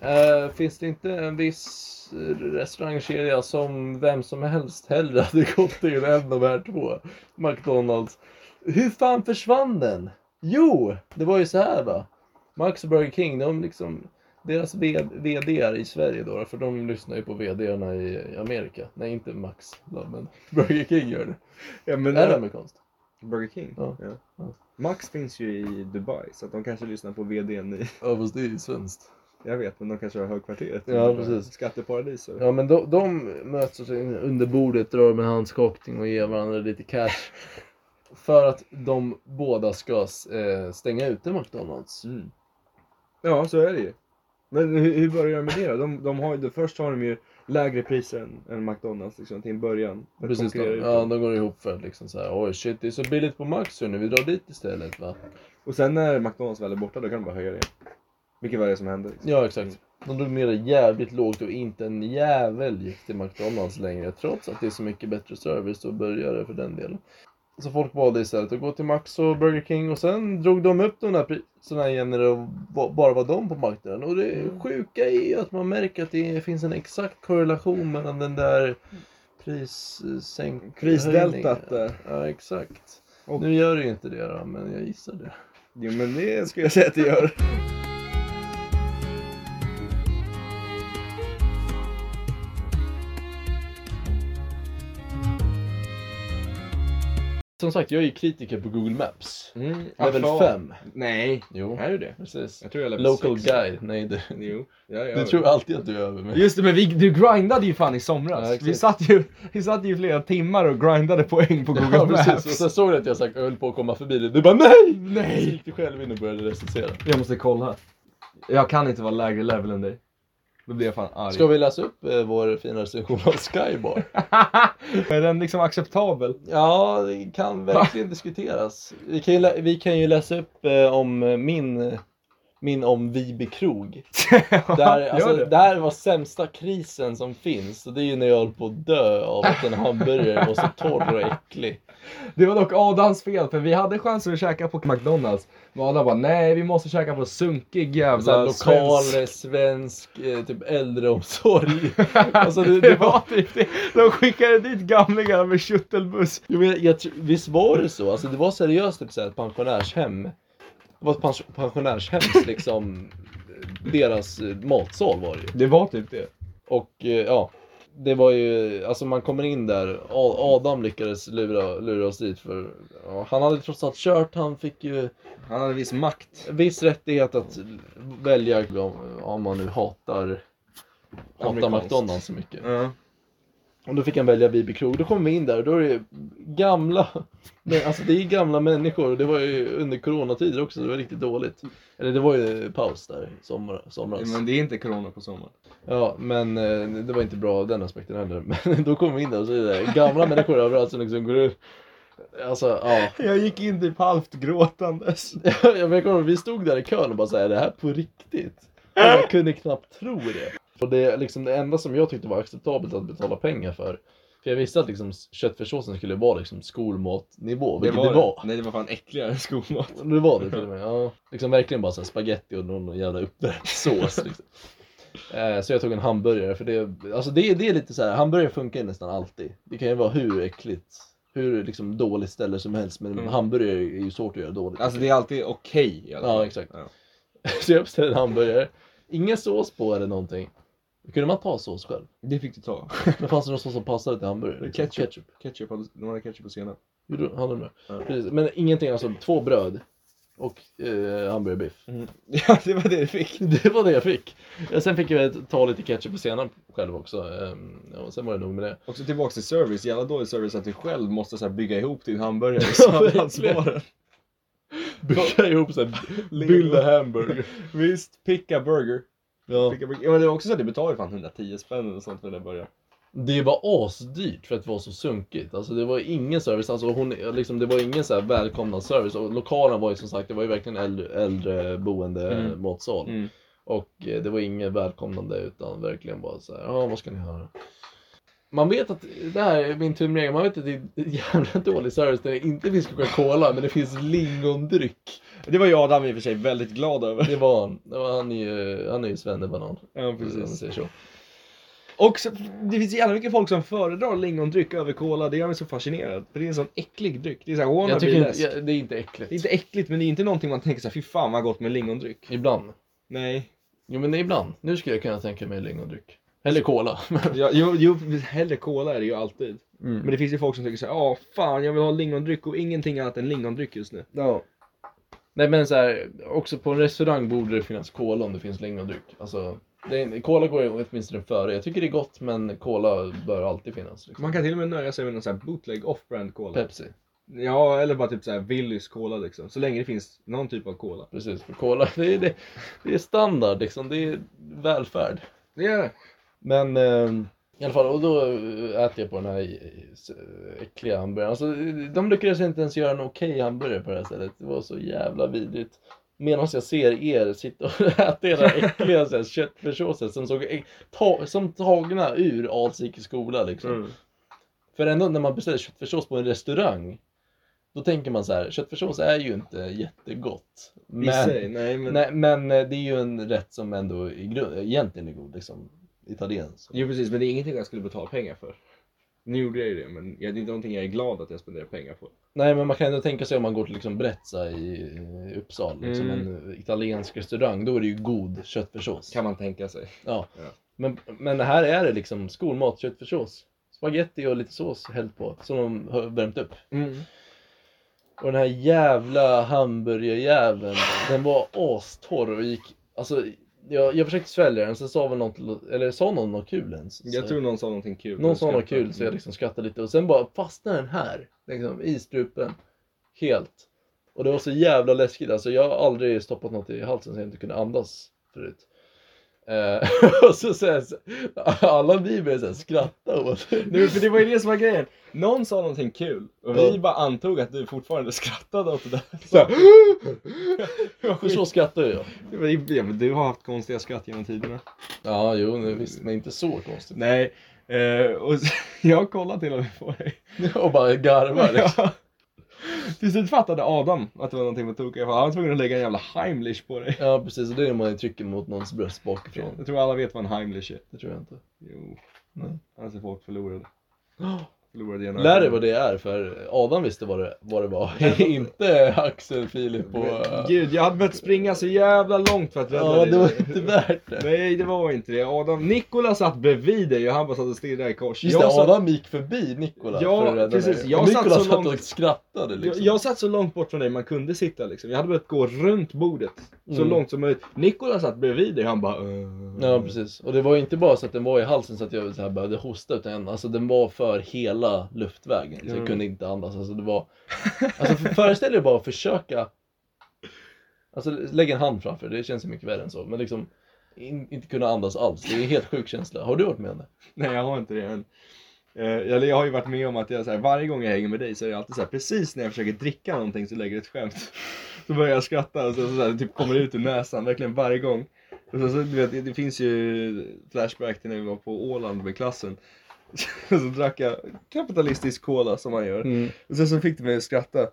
Eh, finns det inte en viss eh, restaurangkedja som vem som helst hellre hade gått till än de här två? McDonalds. Hur fan försvann den? Jo, det var ju så här va. Max och Burger King, de liksom, deras vd är i Sverige då, då, för de lyssnar ju på vdarna i Amerika. Nej, inte Max, då, men Burger King gör det. Ja, men Är det amerikanskt? Burger King? Ja. Ja. Ja. Max finns ju i Dubai så att de kanske lyssnar på VDn i... Ja, fast det är ju svenskt. Jag vet men de kanske har högkvarteret. i Ja, Dubai. precis. Skatteparadis och... Ja men de, de möts och så under bordet, drar med handskakning och ger varandra lite cash. För att de båda ska eh, stänga ute McDonalds. Mm. Ja, så är det ju. Men hur, hur börjar de med det då? De, de har, ju- först har de ju lägre priser än, än McDonalds liksom, till en början. för att Precis, konkurrera de, ut ja, dem. de går ihop för att liksom så här, oj shit det är så billigt på Max nu, vi drar dit istället va. Och sen när McDonalds väl är borta då kan de bara höja det igen. Vilket var det som hände. Liksom. Ja exakt. De drog ner det jävligt lågt och inte en jävel gick till McDonalds längre trots att det är så mycket bättre service och burgare för den delen. Så folk valde istället att gå till Max och Burger King och sen drog de upp de där priserna igen när det ba- bara var de på marknaden. Och det Mm. sjuka är ju att man märker att det finns en exakt korrelation mellan den där prissänkningen. Prisdeltat där. Ja exakt. Och- Nu gör det ju inte det då, men jag gissar det. Jo men det skulle jag säga att det gör. Som sagt, jag är ju kritiker på Google Maps. Mm, Level affär. 5. Nej. Jo, Är du det? precis. Jag tror jag är level Local sex. guide, nej det, Jo. Ja, ja. du tror alltid att du är över mig. Just det, men vi, du grindade ju fan i Ja, somras. exakt. vi, satt ju, vi satt ju flera timmar och grindade poäng på Google Ja Maps. precis, och sen såg du att jag sagt, höll på att komma förbi dig, du bara NEJ! Så Nej! gick du själv in och började recensera. Jag måste kolla. Jag kan inte vara lägre level än dig. Då blir jag fan arg. Ska vi läsa upp eh, vår fina recension av Skybar? Är den liksom acceptabel? Ja, det kan verkligen diskuteras. Vi kan ju, lä- vi kan ju läsa upp eh, om eh, min, eh, min om Viby krog. Där, Gör alltså, det. det här var sämsta krisen som finns. Och det är ju när jag höll på att dö av att en hamburgare var så torr och äcklig. det var dock Adams fel för vi hade chansen att käka på McDonalds. Men Adam bara nej vi måste käka på sunkig Så här, jävla lokal svensk." svensk, eh, typ äldreomsorg. alltså, det, det var... typ det. De skickade dit gamlingarna med köttelbuss. Jo, men jag, jag, tror- visst var det så? Alltså, det var seriöst typ så här, ett pensionärshem. Det var ett pens- pensionärshems liksom. deras eh, matsal var det ju. Det var typ det. Och eh, ja, det var ju, alltså man kommer in där, A- Adam lyckades lura, lura oss dit för ja, han hade trots allt kört, han fick ju Han hade viss makt. viss rättighet att välja om, om man nu hatar, hatar Amerikanskt. McDonalds så mycket. Ja. Och då fick han välja Viby krog. Då kom vi in där och då är det gamla, men alltså det är gamla människor och det var ju under coronatider också, det var riktigt dåligt. Eller det var ju paus där, sommar, somras. Men det är inte corona på sommaren. Ja, men eh, det var inte bra av den aspekten heller. Men då kom vi in där och så är det gamla människor överallt som liksom går ut. Alltså, ja. Jag gick in typ halvt gråtandes. Jag vet inte, vi stod där i kön och bara såhär, är det här på riktigt? Och Jag kunde knappt tro det. Och det, är liksom, det enda som jag tyckte var acceptabelt att betala pengar för, för jag visste att liksom, köttfärssåsen skulle vara liksom, skolmatnivå, vilket det var. Nej, det var fan äckligare än skolmat. Det var det, var det till och med. Ja. Liksom verkligen bara så här spaghetti och någon jävla uppvärmd sås. Liksom. Eh, Så jag tog en hamburgare för det, alltså det, det är lite så här, hamburgare funkar ju nästan alltid. Det kan ju vara hur äckligt, hur liksom dåligt ställe som helst men Mm. hamburgare är ju svårt att göra dåligt. Alltså det är alltid okej i alla Ja, fall. exakt. Ja. Så jag beställde en hamburgare. Ingen sås på eller någonting. Kunde man ta sås själv? Det fick du ta. Men fanns det någon sås som passade till hamburgare? Liksom? Ketchup. Ketchup, hade- de hade ketchup och senap. Gjorde de- hade de det? Ja. Precis. Men ingenting, alltså två bröd och eh, hamburgerbiff. Ja, det var det du fick. Det var det jag fick. Eh, Sen fick jag ta lite ketchup och senap själv också. ehm, ja, och sen var det nog med det. Också tillbaka till service. Jävla dålig service att du själv måste så här bygga ihop din hamburgare i verkligen. salladsbaren. Bygga ihop såhär, Lego. build a hamburger. Visst, picka burger. Ja. Picka burger. Ja, men det var också så att du betalade fan 110 spänn eller sånt för den där burgaren. Det var asdyrt för att vara så sunkigt. Alltså det var ingen service, alltså hon, liksom, det var ingen så här välkomnande service. Och lokalen var ju som sagt, det var ju verkligen äldre, äldre boende Mm. matsal. Mm. Och eh, det var inget välkomnande utan verkligen bara så här, ja vad ska ni höra? Man vet att, det här är min tumregel, man vet att det är jävla dålig service när det inte finns Coca-Cola men det finns lingondryck. Det var ju Adam i och för sig väldigt glad över. Det var han, Det var- han är ju, han är ju svennebanan. Ja, Om man säger så. Och så, det finns jävla mycket folk som föredrar lingondryck över cola. Det gör mig så fascinerad. För det är en sån äcklig dryck. Det är såhär Jag tycker wannabe inte, läsk. jag, det är inte äckligt. Det är inte äckligt men det är inte någonting man tänker såhär, fy fan vad gott med lingondryck. Ibland. Nej. Jo men ibland. Nu skulle jag kunna tänka mig lingondryck. Eller cola. Ja, jo, jo, hellre cola är det ju alltid. Men Mm. det finns ju folk som tycker såhär, ja fan jag vill ha lingondryck och ingenting annat än lingondryck just nu. Ja. Nej men så här, också på en restaurang borde det finnas cola om det finns lingondryck. Alltså, det är, cola går ju åtminstone före. Jag tycker det är gott men cola bör alltid finnas. Liksom. Man kan till och med nöja sig med någon sån här bootleg off-brand cola. Pepsi. Ja, eller bara typ såhär Willys cola liksom. Så länge det finns någon typ av cola. Precis, för cola det är, det, det är standard liksom. Det är välfärd. Det är det. Men ehm, i alla fall, och då äter jag på den här eh, s- äckliga hamburgaren. Alltså, de lyckades inte ens göra en okej hamburgare på det här stället. Det var så jävla vidrigt. Medan jag ser er sitta och äta era äckliga så här köttfärssåser som, såg, äck- ta, som tagna ur Alsike skola liksom. Mm. För ändå när man beställer köttfärssås på en restaurang då tänker man så här, köttfärssås är ju inte jättegott. I sig, nej men. Nej, men eh, det är ju en rätt som ändå i grund, egentligen är god, liksom italiensk. Jo precis, men det är ingenting jag skulle betala pengar för. Nu gjorde jag ju det, men jag- det är inte någonting jag är glad att jag spenderar pengar på. Nej, men man kan ändå tänka sig om man går till liksom Brezza i eh, Uppsala, liksom Mm. en italiensk restaurang, då är det ju god köttfärssås. Kan man tänka sig. Ja. Ja. Men, men här är det liksom skolmat, köttfärssås, spaghetti och lite sås hällt på, som de har värmt upp. Mm. Och den här jävla hamburgerjäveln, den var astorr och gick, alltså jag, jag försökte svälja den, sen sa väl något, eller sa någon något kul ens? Jag Så- tror någon sa någonting kul. Någon sa något kul så jag liksom skrattade lite och sen bara fastnade den här, liksom i strupen. Helt. Och det var så jävla läskigt alltså. Jag har aldrig stoppat något i halsen så jag inte kunde andas förut. Eh, och så såhär, alla ni började såhär skratta åt det. Nej, för det var ju det som var grejen. Någon sa någonting kul och vi Ja. bara antog att du fortfarande skrattade åt det där. Så Så. här, För så skrattar ju jag. Det var ju- ja, men du har haft konstiga skratt genom tiderna. Ja, jo, nu, visst, men inte så konstigt. Nej, eh, och s- jag kollade till och med på dig. Och bara garvar liksom. Ja. Till slut fattade Adam att det var någonting på tok. Han var tvungen att lägga en jävla Heimlich på dig. Ja, precis. Och det är när man trycker mot någons bröst bakifrån. Jag tror alla vet vad en Heimlich är. Det tror jag inte. Jo. Nej. Alltså folk förlorade. Förlorade generationen. Lär dig vad det är för Adam visste vad det, vad det var. inte Axel, Filip och... Gud, jag hade behövt springa så jävla långt för att rädda Ja, dig. det var inte värt det. Nej, det var inte det. Adam, Nikola satt bredvid dig och han bara satt och stirrade i kors. Just det, jag, satt, Adam gick förbi Nikola Ja, för att rädda precis. mig. Jag Och Nikola satt satt, så långt- och skrattade liksom. jag, jag satt så långt bort från dig man kunde sitta liksom. Jag hade behövt gå runt bordet så Mm. långt som möjligt. Nikola satt bredvid dig och han bara... "Eh." Ja, precis. Och det var ju inte bara så att den var i halsen så att jag så här behövde hosta utan alltså, den var för hela luftvägen. Så Ja. jag kunde inte andas. Alltså, det var... alltså för, föreställ dig bara att försöka... Alltså lägg en hand framför, det känns ju mycket värre än så. Men liksom in, inte kunna andas alls. Det är en helt sjuk känsla. Har du varit med om det? Nej, jag har inte det än. Eh, eller jag har ju varit med om att jag så här, varje gång jag hänger med dig så är det alltid så här, precis när jag försöker dricka någonting så lägger du ett skämt. Så börjar jag skratta och så, så, här, det typ kommer ut ur näsan, verkligen varje gång. Och så, så, du vet, det, det finns ju flashback till när vi var på Åland med klassen. Och så drack jag kapitalistisk cola som man gör. Mm. Och sen så fick det mig att skratta.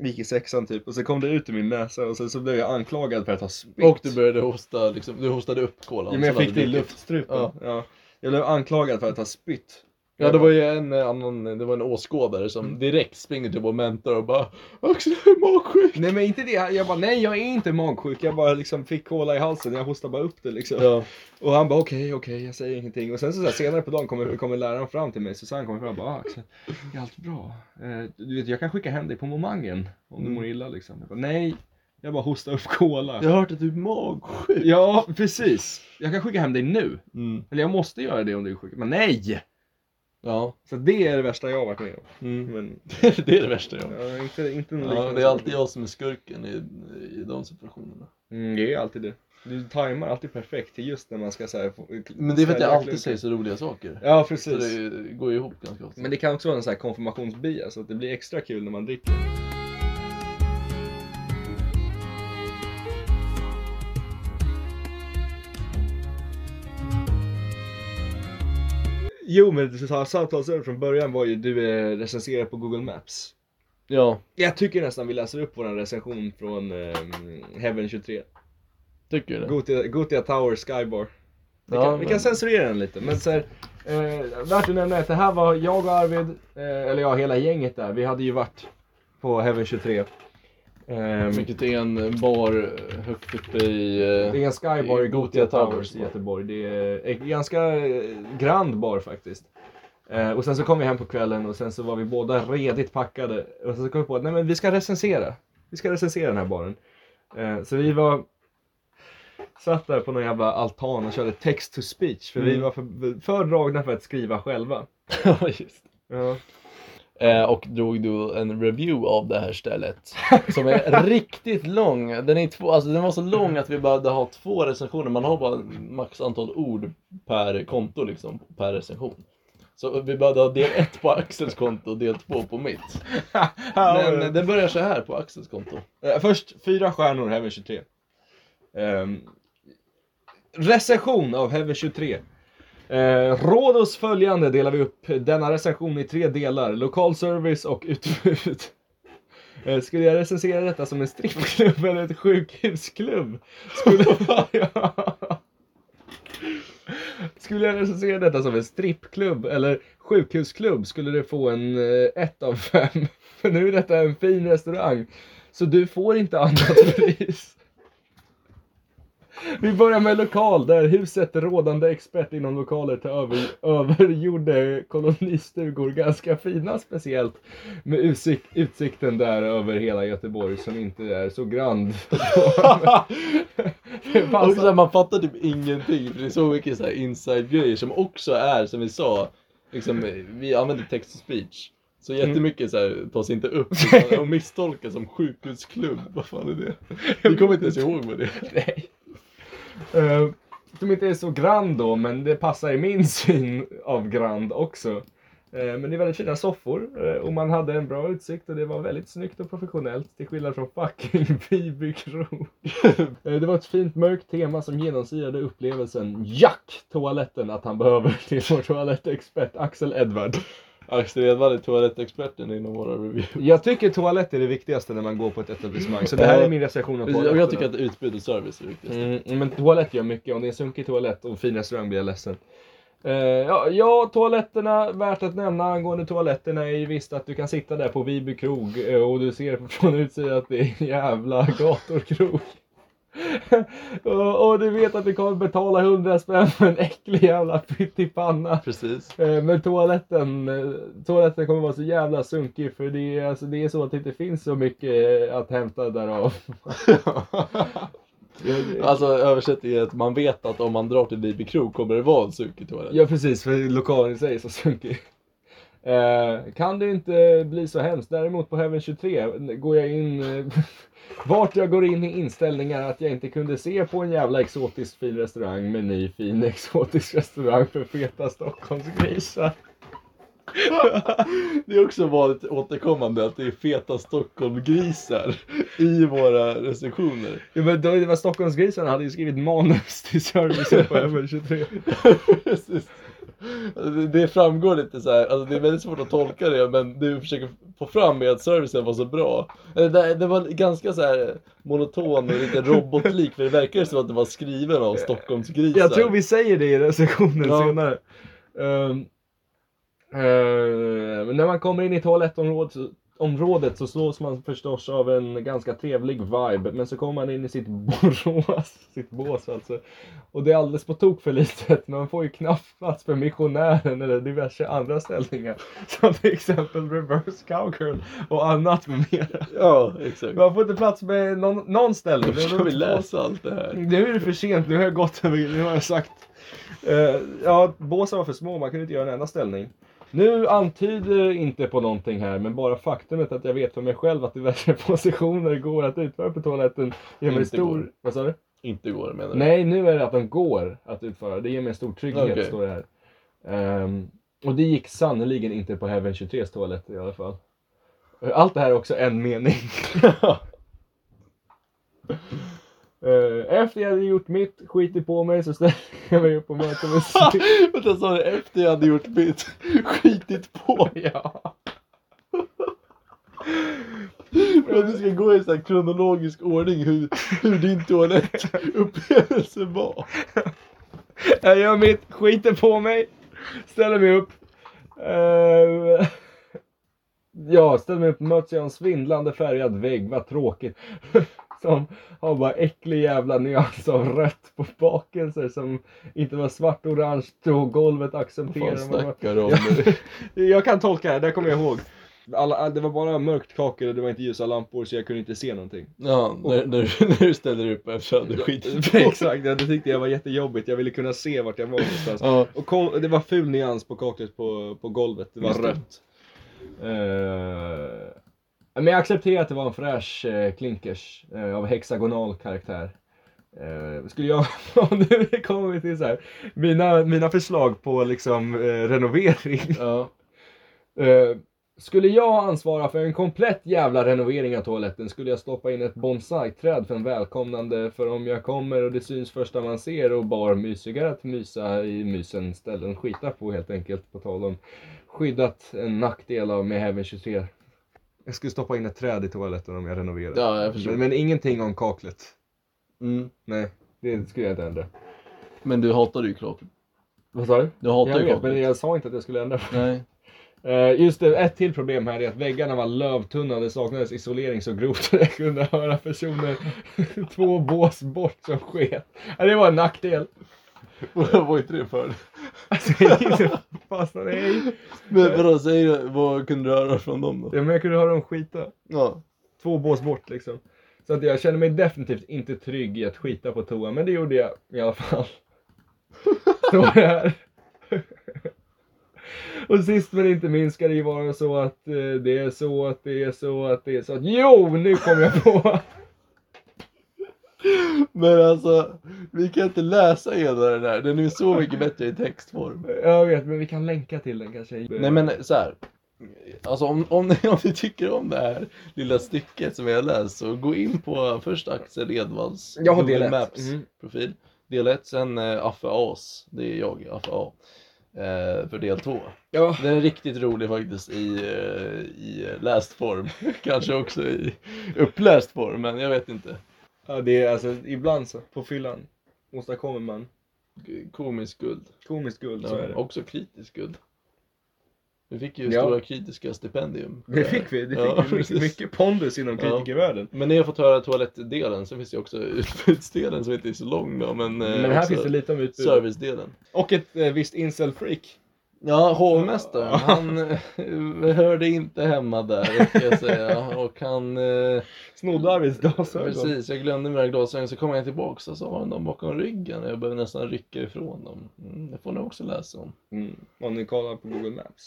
Vi gick i sexan typ och så kom det ut ur min näsa och sen så blev jag anklagad för att ha spytt. Och du började hosta, liksom, du hostade upp kolan. ja, men jag som fick hade det i druckit. luftstrupen. Ja. Ja. Jag blev anklagad för att ha spytt. Ja, det var ju en eh, annan, det var en åskådare som Mm. direkt springer till vår mentor och bara Axel, jag är magsjuk! Nej men inte det, jag bara nej jag är inte magsjuk, jag bara liksom fick kola i halsen, jag hostade bara upp det liksom. Ja. Och han bara okej, okej, jag säger ingenting. Och sen så, så här, senare på dagen kommer, kommer läraren fram till mig, Susanne kommer fram och bara ah, Axel, är allt bra? Eh, du vet jag kan skicka hem dig på momangen om du Mm. mår illa liksom. Jag bara, nej, jag bara hostar upp kola. Jag har hört att du är magsjuk! Ja, precis. Jag kan skicka hem dig nu. Mm. Eller jag måste göra det om du är sjuk. Men nej! Ja. Så det är det värsta jag har varit med om. Mm. Men det är det värsta jag ja, inte, inte någon Ja, liknande det är sak. alltid jag som är skurken i, i de situationerna. Mm, det är alltid du. Du tajmar alltid perfekt till just när man ska säga Men det är för att jag alltid säger så roliga saker. Ja, Så precis. det går ju ihop ganska ofta. Men det kan också vara en sån här konfirmationsbias, att det blir extra kul när man dricker. Jo, men det- så här, samtalsöver från början var ju du eh, recenserar på Google Maps. Ja, Jag tycker nästan vi läser upp vår recension från eh, Heaven 23. tycker du det? Gotia, Gotia Tower Skybar. Vi Ja, kan, vi men- kan censurera den lite, men så här, eh, värt att nämna är att det här var jag och Arvid, eh, eller ja hela gänget där, vi hade ju varit på Heaven 23. Ehm, Vilket är en bar eh, högt uppe i... eh, det är en skybar i i Gothia Gotia Towers Towers i i Göteborg. Det är en ganska eh, grand bar faktiskt. Eh, och sen så kom vi hem på kvällen och sen så var vi båda redigt packade. Och sen så kom vi på att nej men vi ska recensera. Vi ska recensera den här baren. Eh, så vi var satt där på någon jävla altan och körde text to speech. För vi Mm. var för, för dragna för att skriva själva. Ja, just. Ja. Eh, och drog du en review av det här stället. Som är riktigt lång. Den, är två, alltså, den var så lång att vi behövde ha två recensioner. Man har bara max antal ord per konto liksom, per recension. Så vi behövde ha del 1 på Axels konto och del 2 på mitt. Men eh, Men, det börjar så här på Axels konto. eh, först fyra stjärnor Heaven 23. Ehm, recension av Heaven 23. Eh, råd oss följande delar vi upp denna recension i tre delar. Lokal service och utbud. Eh, skulle jag recensera detta som en strippklubb eller ett sjukhusklubb? Skulle jag... Skulle jag recensera detta som en strippklubb eller sjukhusklubb skulle du få en eh, ett av fem. För nu är detta en fin restaurang. Så du får inte annat pris. Vi börjar med lokal där huset rådande expert inom lokaler till över, övergjorde kolonistugor. Ganska fina speciellt med utsikt, utsikten där över hela Göteborg som inte är så grand. Det Och så passar- här, man fattar typ ingenting för det är så mycket så här inside-grejer som också är som vi sa, liksom, vi använder text to speech. Så jättemycket så här, tas inte upp utan- och misstolkas som sjukhusklubb. Vad fan är det? Vi kommer inte ens ihåg vad det är. Nej. Eh, som inte är så grand då, men det passar i min syn av grand också. Eh, men det är väldigt fina soffor eh, och man hade en bra utsikt och det var väldigt snyggt och professionellt till skillnad från fucking Bibykrog. Eh, det var ett fint mörkt tema som genomsyrade upplevelsen. Jack! Toaletten att han behöver till vår toalettexpert Axel Edvard. Axel Edwall är toalettexperten inom våra review. Jag tycker toalett är det viktigaste när man går på ett etablissemang, så det här är min recension av Och jag tycker toaletten. att utbud och service är viktigt. Mm, men toalett gör mycket. Om det är en sunkig toalett och en fin restaurang blir jag ledsen. Eh, ja, ja, toaletterna, värt att nämna angående toaletterna är ju visst att du kan sitta där på Viby krog eh, och du ser från utsidan att det är en jävla gatorkrog. och, och du vet att du kommer betala 100 spänn för en äcklig jävla pyttipanna. Precis. Eh, Men toaletten, eh, toaletten kommer vara så jävla sunkig för det är, alltså, det är så att det inte finns så mycket eh, att hämta därav. Alltså översätt är att man vet att om man drar till Viby krog kommer det vara en sunkig toalett. Ja precis, för lokalen i sig är så sunkig. Eh, kan det inte bli så hemskt. Däremot på Heaven 23 går jag in... Eh, vart jag går in i inställningar att jag inte kunde se på en jävla exotisk fin restaurang med ny fin exotisk restaurang för feta Stockholmsgrisar. Det är också vanligt återkommande att det är feta Stockholmgrisar i våra recensioner. Ja, men då, det var Stockholmsgrisarna hade ju skrivit manus till servicen på FM23. Precis. Alltså, det- Det framgår lite så här, alltså det är väldigt svårt att tolka det men det du försöker få fram är att servicen var så bra. Eller Det, det var ganska så här monoton och lite robotlik för det verkar som att det var skriven av Stockholmsgrisar. Jag tror vi säger det i recensionen Ja. senare. Ehm, eh, men när man kommer in i toalettområdet så, området så slås man förstås av en ganska trevlig vibe. Men så kommer man in i sitt borås, sitt bås alltså. Och det är alldeles på tok för litet. Man får ju knappt plats för missionären eller diverse andra ställningar. Som till exempel reverse cowgirl och annat med mera. Ja, exakt. Man får inte plats med någon, någon ställning. Nu ska vi läsa allt det här. Nu är det för sent, nu har jag gått över, nu har jag sagt. Eh, ja, båsen var för små, man kunde inte göra en enda ställning. Nu antyder inte på någonting här, men bara faktumet att jag vet för mig själv att diverse positioner går att utföra på toaletten ger mig Inte stor... går. Vad sa du? Inte går menar du? Nej, nu är det att de går att utföra. Det ger mig en stor trygghet, Okej. står det här. Ehm, och det gick sannerligen inte på Heaven 23s toalett i alla fall. Allt det här är också en mening. Eh, efter jag hade gjort mitt, skitit på mig, så ställde jag mig upp och mötte mig. Vänta, sa du efter jag hade gjort mitt? Skitit på? ja. Men du ska gå i så här kronologisk ordning hur, hur din toalettupplevelse var. Jag gör mitt, skiter på mig, ställer mig upp. Eh, ja, ställer mig upp, möts jag av en svindlande färgad vägg, vad tråkigt. Som har bara äcklig jävla nyans av rött på bakelser som inte var svart orange då golvet Vad fan accepterar man. snackar du om? Jag kan tolka det, här, det kommer jag ihåg. Alla, det var bara mörkt kakel och det var inte ljusa lampor så jag kunde inte se någonting. Ja, när, när, när du ställer upp efter att du hade skitit på. Exakt, det tyckte jag var jättejobbigt. Jag ville kunna se vart jag var någonstans. Ja. Och kol- det var ful nyans på kaklet på, på golvet, det var Just det. rött. Eh, men jag accepterar att det var en fräsch eh, klinkers eh, av hexagonal karaktär. Eh, skulle jag, om nu kommer vi till så här, mina, mina förslag på liksom eh, renovering. Ja. Eh, skulle jag ansvara för en komplett jävla renovering av toaletten skulle jag stoppa in ett bonsai-träd för en välkomnande för om jag kommer och det syns första man ser och bar mysigare att mysa i mysen ställen skita på helt enkelt på tal om skyddat en nackdel av med Heaven 23. Jag skulle stoppa in ett träd i toaletten om jag renoverar. ja, jag förstår. men, men ingenting om kaklet. Mm. Nej, det skulle jag inte ändra. Men du hatar ju kaklet. Vad sa du? Du hatar Jag ju vet, men kaklet. jag sa inte att jag skulle ändra Nej. Eh, Just det, ett till problem här är att väggarna var lövtunna och det saknades isolering så grovt att jag kunde höra personer två bås bort som sket. Ja, Det var en nackdel. Vad var inte det för? Alltså, jag gick så fastnade nej. Men vadå, säger du, vad kunde du höra från dem då? Ja, men jag kunde höra dem skita. Ja. Två bås bort liksom. Så att jag kände mig definitivt inte trygg i att skita på toa, men det gjorde jag i alla fall. Står det här. Och sist men inte minst ska det ju vara så att eh, det är så att det är så att det är så att Jo, nu kom jag på! Men alltså, vi kan inte läsa hela den här. Den är så mycket bättre i textform. Jag vet, men vi kan länka till den kanske. Nej men så här. Alltså om, om, ni, om ni tycker om det här lilla stycket som jag har läst så gå in på först Axel Edvalls Jag har del ett. Maps Mm. profil. Del 1, sen eh, Affe As, det är jag, Affe A. Eh, för del 2. Ja. Den är riktigt rolig faktiskt i, eh, i eh, läst form. Kanske också i uppläst form, men jag vet inte. ja, det är alltså ibland så, på fyllan, åstadkommer man Komiskt guld. komiskt guld. så är det. också kritisk guld. Vi fick ju Ja. stora kritiska stipendium. Det fick vi, det fick Ja, vi mycket, precis. mycket pondus inom Ja. kritikervärlden. Men när jag fått höra toalettdelen så finns det också utbudsdelen som inte är så lång då, men, eh, Men här finns det lite om utbud. servicedelen. Och ett eh, visst incel-freak. Ja, hovmästaren, Ja. han eh, hörde inte hemma där kan jag säga. Och han, eh, Snodde Arvids glasögon. precis, jag glömde mina glasögon så kom jag tillbaka och så har han dem bakom ryggen och jag behöver nästan rycka ifrån dem. Mm, det får ni också läsa om. Mm. Om ni kollar på Google Maps.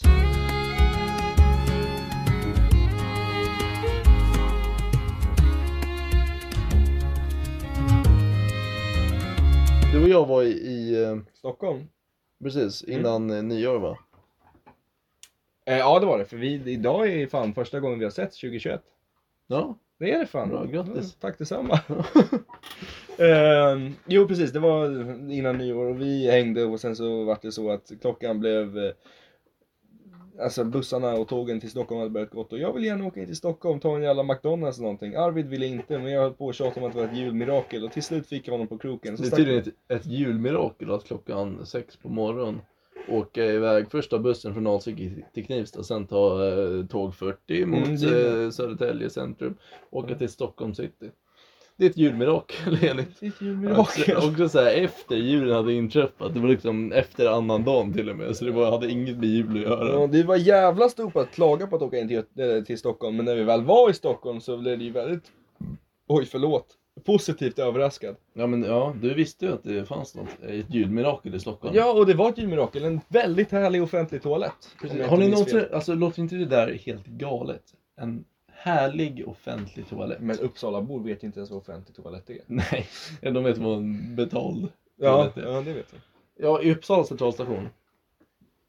Du och jag var i, i eh, Stockholm. Mm. precis, innan eh, nyår va? Eh, ja, det var det. För vi, idag är fan första gången vi har sett 2021. Ja, Det är det fan. Bra, grattis. Ja, Tack detsamma. eh, jo, precis. Det var innan nyår och vi hängde och sen så var det så att klockan blev eh, Alltså bussarna och tågen till Stockholm hade börjat gått och jag vill gärna åka in till Stockholm, ta en jävla McDonalds eller någonting. Arvid ville inte men jag höll på och tjatade om att det var ett julmirakel och till slut fick jag honom på kroken. Så det är stack- tydligen ett, ett julmirakel att klockan sex på morgonen åka iväg första bussen från Alsike till Knivsta, sen ta eh, tåg 40 mot Mm, det är- eh, Södertälje centrum, åka Mm. till Stockholm city. Det är ett julmirakel enligt Det är ett julmirakel. Också, också så här, efter julen hade inträffat, det var liksom efter annan dagen till och med, så det var, hade inget med jul att Ja, göra. det var jävla stort på att klaga på att åka in till, Gö- eh, till Stockholm, men när vi väl var i Stockholm så blev det ju väldigt, oj förlåt, positivt överraskad. Ja men ja, du visste ju att det fanns något, ett julmirakel i Stockholm. Ja, och det var ett julmirakel, en väldigt härlig offentlig toalett. om jag Har inte ni minns någonsin, fel. alltså låter inte det där helt galet? En härlig offentlig toalett. Men Uppsalabor vet ju inte ens vad offentlig toalett är. Nej, de vet vad en betald Ja, toalett är. ja det vet jag. Ja, i Uppsala centralstation.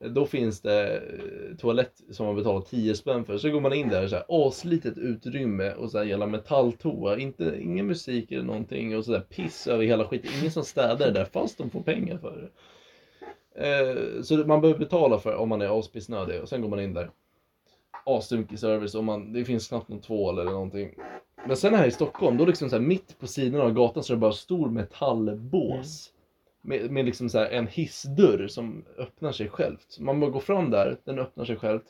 Då finns det eh, toalett som man betalar 10 spänn för. Så går man in där, så här, aslitet utrymme och så här jävla metalltoa. Inte, ingen musik eller någonting och så där piss över hela skiten. Ingen som städar det där fast de får pengar för det. Eh, Så man behöver betala för om man är aspissnödig och sen går man in där. Assunkig service och man, det finns knappt någon tvål eller någonting. Men sen här i Stockholm, då liksom så här mitt på sidan av gatan så är det bara stor metallbås. Med, med liksom så här en hissdörr som öppnar sig självt. Så Man bara går fram där, den öppnar sig självt.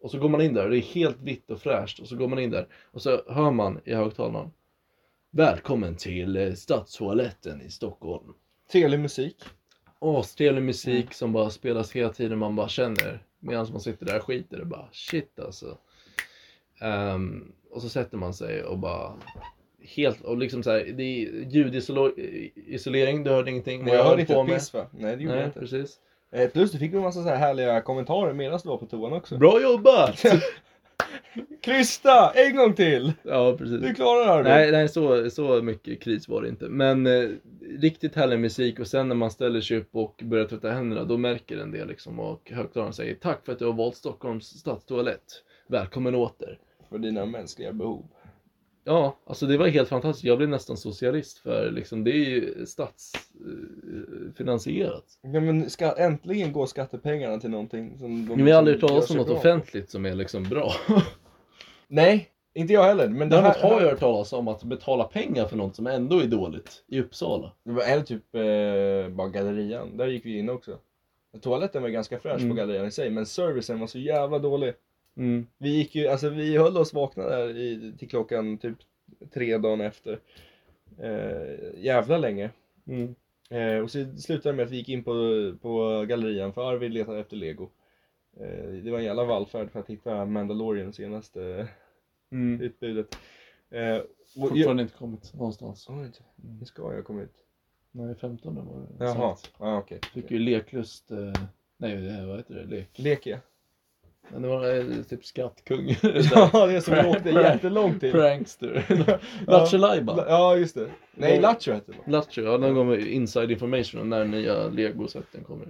Och så går man in där och det är helt vitt och fräscht. Och så går man in där och så hör man i högtalaren. Välkommen till eh, Stadstoaletten i Stockholm. Trevlig musik. Astrevlig musik Mm. som bara spelas hela tiden man bara känner. Medan man sitter där och skiter och bara shit alltså. Ehm, och så sätter man sig och bara helt och liksom så här, det är ljudisolering, du hörde ingenting. Men vad jag hörde höll inte på ett med. piss va? Nej, det gjorde jag Nej, inte. precis. Eh, Plus du fick ju en massa så här härliga kommentarer medan du var på toan också. Bra jobbat! Mm. Krysta! En gång till! ja, precis. Du klarar det Arvid. Nej, nej så, så mycket kris var det inte. Men eh, riktigt härlig musik och sen när man ställer sig upp och börjar tvätta händerna, då märker den det liksom och högtalaren säger tack för att du har valt Stockholms stadstoalett. Välkommen åter. För dina mänskliga behov. Ja, alltså det var helt fantastiskt. Jag blev nästan socialist för liksom, det är ju eh, statsfinansierat. Ja, men ska äntligen gå skattepengarna till någonting som de Men jag har aldrig hört som gör talas om sig något Mm. bra. offentligt som är liksom bra. Nej, inte jag heller. Men det Däremot här, har jag hört talas om att betala pengar för något som ändå är dåligt i Uppsala. Det var, är det typ eh, bara gallerian? Där gick vi in också. Toaletten var ganska fräsch Mm. på gallerian i sig, men servicen var så jävla dålig. Vi gick ju, alltså vi höll oss vakna där i, till klockan typ tre dagen efter. Eh, jävla länge. Eh, och så slutade det med att vi gick in på, på gallerian för Arvid letade efter lego. Eh, det var en jävla vallfärd för att hitta Mandalorian senaste mm. utbudet. Eh, och, Fortfarande inte kommit någonstans. Oj, nu ska jag komma ut. Nej, 15 var det. Jaha, Exakt. ja, okej. Fick ju leklust. Eh, nej, eh, vad heter det? Lek. Leker jag? Men det var eh, typ skattkung. Ja, det är som vi Prank- åkte prank- jättelångt till. Prankster. Lattjo La- Lajban. Ja, just det. Nej, Ja. Lattjo hette det. Lattjo, ja den kommer inside information om när nya legosätten kommer.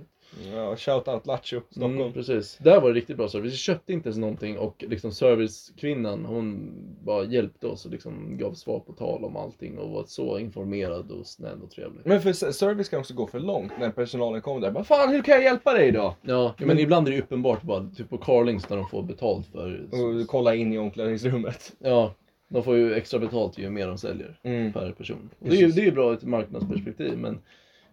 Ja, shout out Lattjo, Stockholm. Mm, precis. Där var det riktigt bra service. Vi köpte inte ens någonting och liksom servicekvinnan hon bara hjälpte oss och liksom gav svar på tal om allting och var så informerad och snäll och trevlig. Men för se- service kan också gå för långt när personalen kommer där. Bara, Fan, hur kan jag hjälpa dig idag? Ja, men, men- ibland är det uppenbart bara typ på Carlings när de får betalt för... Och kolla in i omklädningsrummet. Ja, de får ju extra betalt ju mer de säljer Mm. per person. Och det är ju Precis. det är ju bra ur ett marknadsperspektiv men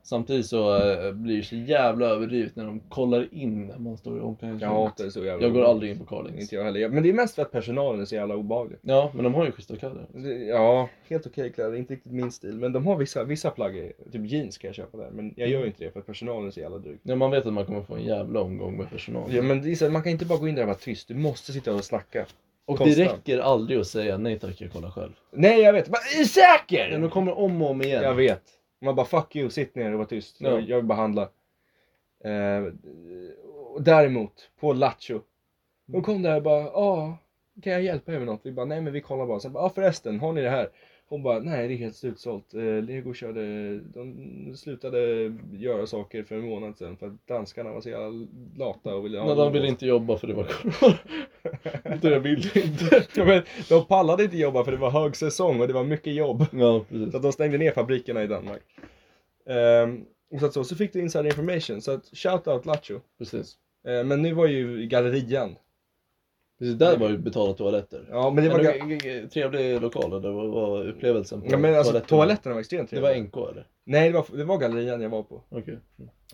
samtidigt så eh, blir det så jävla överdrivet när de kollar in när man står i Jag omklädningsrummet. hatar det så jävla Jag går mycket. aldrig in på Carlings. Inte jag heller. Men det är mest för att personalen är så jävla obehaglig. Ja, men de har ju schyssta kläder. Det- Ja, helt okej kläder. Inte riktigt min stil. Men de har vissa, vissa plagg, är- typ jeans kan jag köpa där. Men jag gör ju inte det för att personalen är så jävla dryg. Ja, man vet att man kommer få en jävla omgång med personal. Ja, men det är så här, man kan inte bara gå in där och vara tyst. Du måste sitta och snacka. och det konstant. räcker aldrig att säga nej tack, jag kollar själv. Nej, jag vet. Men är du säker? Men de kommer om och om igen. Jag vet. Man bara fuck you, sitt ner och var tyst. Ja. Jag, jag vill bara handla. Eh, och däremot, på Lattjo. "Ah, De kom där och bara, ja, kan jag hjälpa er med något? Vi bara, nej men vi kollar bara. Sen bara, ja "Ah, förresten, har ni det här? Hon bara, nej det är helt slutsålt. Eh, Lego körde, de slutade göra saker för en månad sedan för att danskarna var så jävla lata och ville Men Lego." de ville inte jobba för det var corona. Utan jag ville inte. Ja, men de pallade inte jobba för det var hög säsong och det var mycket jobb. Ja, precis. Så att de stängde ner fabrikerna i Danmark. Ehm, och så, att så, så fick du insider information, så att shout out Lacho. precis. Eh, men nu var ju gallerian. precis. Där var ju betalda toaletter. Ja men det var... ga- Men det var en trevlig lokal och det var, var upplevelsen på Ja, men alltså toaletterna. toaletterna var extremt Det var trevliga. NK eller? Nej det var, det var gallerian jag var på. Okej.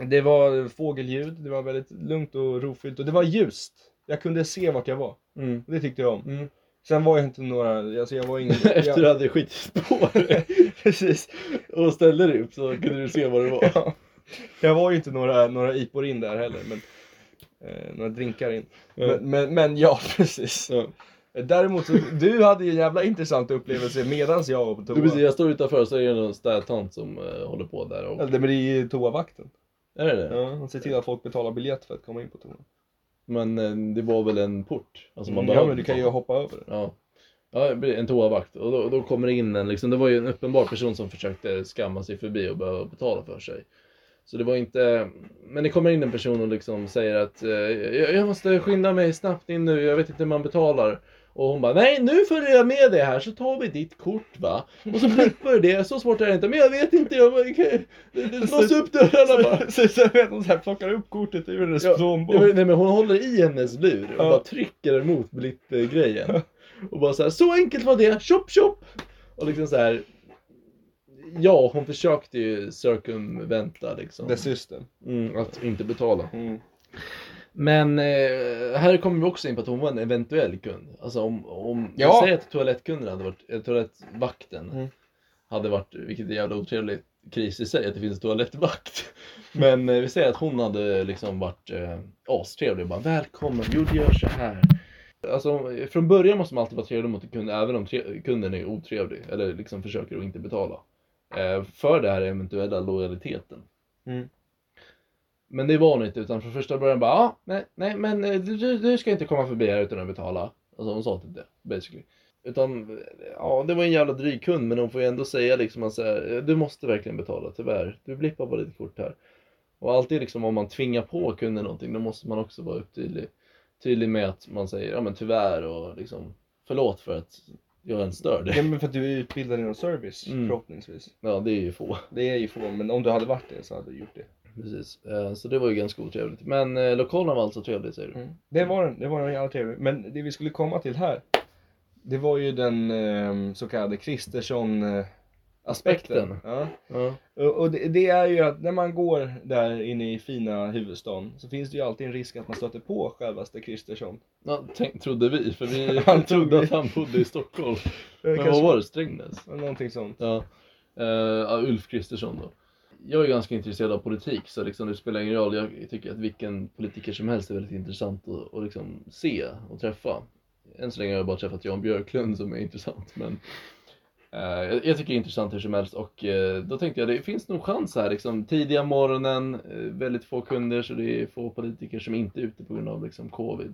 Det var fågelljud, det var väldigt lugnt och rofyllt och det var ljust. Jag kunde se vart jag var. Mm. Och det tyckte jag om. Mm. Sen var jag inte några, alltså jag var ingen... Efter du jag, hade skitit på dig precis. och ställde dig upp så kunde du se vad det var. Ja. Jag var ju inte några, några IPor in där heller. Men, eh, några drinkar in. Ja. Men, men, men ja, precis. Ja. Däremot så, du hade ju en jävla intressant upplevelse medans jag var på Du, toa. precis, jag står utanför så är det någon städtant som eh, håller på där och... Ja, det- men det är ju toavakten. Är det det? Ja, och se till att folk betalar biljett för att komma in på toan. Men eh, det var väl en port? Alltså man Mm. ja, behövde men du kan ju betala. hoppa över det. Alltså, Ja. Ja, det blir en toavakt. Och då, då kommer det in en, liksom, det var ju en uppenbar person som försökte skamma sig förbi och behöva betala för sig. Så det var inte, men det kommer in en person och liksom säger att eh, jag, jag måste skynda mig snabbt in nu, jag vet inte hur man betalar. Och hon bara, nej nu följer jag med dig här så tar vi ditt kort va. Och så flippar du det, så svårt är det inte. Men jag vet inte, jag bara, okej. lås upp dörrarna bara. Så, så jag vet hon så här plockar upp kortet ur hennes Ja, plånbok. Ja, men- Nej men hon håller i hennes lur och Ja. bara trycker emot blippgrejen. Och bara så här, så enkelt var det, chop chop! Och liksom så här. Ja, hon försökte ju circumvänta liksom. The system. Mm, att inte betala. Mm. Men eh, här kommer vi också in på att hon var en eventuell kund. Alltså om, om Ja. jag säger att toalettkunden hade varit, eh, toalettvakten Mm. hade varit, vilket är en jävla otrevlig kris i sig att det finns en toalettvakt. Men eh, vi säger att hon hade liksom varit eh, astrevlig och bara välkommen, jo du gör så här. Alltså från början måste man alltid vara trevlig mot en kund även om tre- kunden är otrevlig eller liksom försöker att inte betala. Eh, för det här eventuella lojaliteten. Mm. Men det var hon inte utan från första början bara, ah, nej, nej men eh, du, du, du ska inte komma förbi här utan att betala. Alltså hon sa typ det basically. Utan, eh, ja det var en jävla dryg kund men hon får ju ändå säga liksom att så här, eh, du måste verkligen betala tyvärr. Du blippar på ditt kort här. Och alltid liksom om man tvingar på kunden någonting då måste man också vara upptydlig. Tydlig med att man säger, ja men tyvärr och liksom förlåt för att jag ens stör dig. Ja, men för att du är utbildad inom service Mm. förhoppningsvis. Ja det är ju få. Det är ju få, men om du hade varit det så hade du gjort det. Precis. Eh, Så det var ju ganska otrevligt. Men eh, lokalen var alltså trevlig säger du? Det var den, det var den jävla trevlig. Men det vi skulle komma till här, det var ju den ehm, så kallade Kristersson-aspekten. Aspekten. Ja. Ja. Och, och det, det är ju att när man går där inne i fina huvudstaden så finns det ju alltid en risk att man stöter på självaste Kristersson. Ja, tänk, trodde vi, för vi Han trodde trodde att han bodde i Stockholm. Eh, Men vad kanske- var det? Strängnäs? Någonting sånt. Ja. Eh, ja, Ulf Kristersson då. Jag är ganska intresserad av politik så liksom det spelar ingen roll. Jag tycker att vilken politiker som helst är väldigt intressant att, att liksom se och träffa. Än så länge har jag bara träffat Jan Björklund som är intressant men eh, jag, jag tycker det är intressant hur som helst och eh, då tänkte jag det finns nog chans här liksom tidiga morgonen, eh, väldigt få kunder så det är få politiker som inte är ute på grund av liksom covid.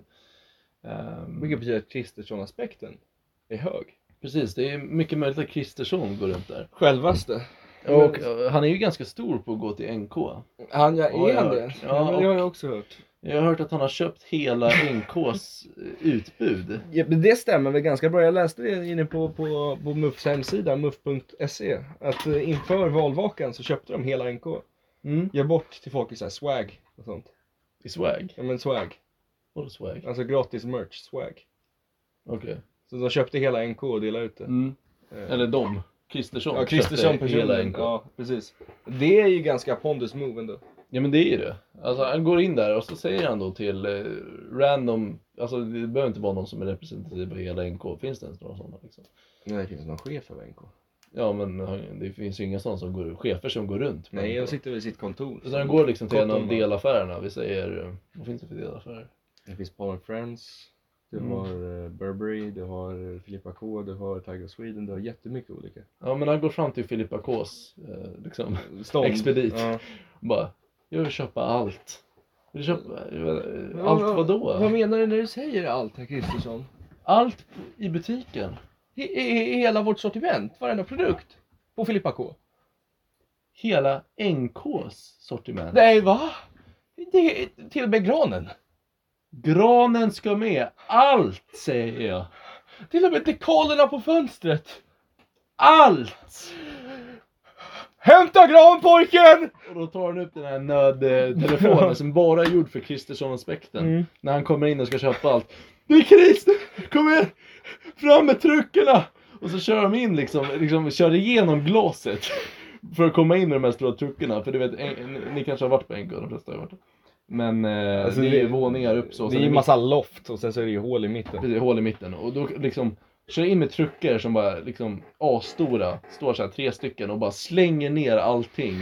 Ehm, Vilket betyder att Kristersson-aspekten är hög. precis, det är mycket möjligt att Kristersson går runt där. Självaste? Och eh, han är ju ganska stor på att gå till NK. Han, ja, Har är jag han det? hört. Ja, Ja, men det har och- jag också hört. Jag har hört att han har köpt hela NKs utbud. Ja, men det stämmer väl ganska bra. Jag läste det inne på, på, på MUFs hemsida, muf.se, att eh, inför valvakan så köpte de hela NK. Mm. Ger bort till folk i så här swag och sånt. I swag. Ja men swag. Vadå swag? Alltså gratis merch, swag. Okej. Så de köpte hela NK och delade ut det. Mm. Eh, Eller de. Kristersson. ja, Kristersson köpte hela personligen. NK. Ja. Ja, precis. Det är ju ganska pondus move ändå. men det är ju det. Alltså han går in där och så säger han då till eh, random, alltså det behöver inte vara någon som är representativ för hela NK. Finns det ens några sådana liksom? Nej, det finns någon chef för NK. Ja men han- det finns ju inga sådana som går, chefer som går runt. på Nej, NK. de sitter väl i sitt kontor. Så han går liksom till en av Cotton, va? delaffärerna. Vi säger, eh, vad finns det för delaffärer? Det finns Paul Friends. Du Mm. har eh, Burberry, du har eh, Filippa K, du har Tiger Sweden, du har jättemycket olika. Ja men han går fram till Filippa Kås eh, liksom. Stånd. Expedit. Ja. Bara, jag vill köpa allt. Vill du köpa, eh, Ja, allt vad- vadå? menar du när du säger allt herr Kristersson? Allt i butiken. he- he- hela vårt sortiment, varenda produkt på Filippa K. Hela NKs sortiment. Nej, va? Det, till och med granen. Granen ska med. Allt säger jag. Till och med dekalerna på fönstret. Allt! Hämta granpojken! Och då tar han upp den här nödtelefonen som bara är gjord för Kristersson-aspekten. Mm. När han kommer in och ska köpa allt. Det är kris! Kom igen! Fram med truckerna! Och så kör de in liksom, liksom kör igenom glaset. För att komma in med de här stora truckerna. För du vet, en, ni kanske har varit på NK, de flesta har varit där. Men eh, Alltså, det är det- våningar upp så. det så är ju massa loft och sen så är det ju hål i mitten. precis, hål i mitten. Och då liksom kör in med trucker som bara liksom asstora, står så här tre stycken och bara slänger ner allting.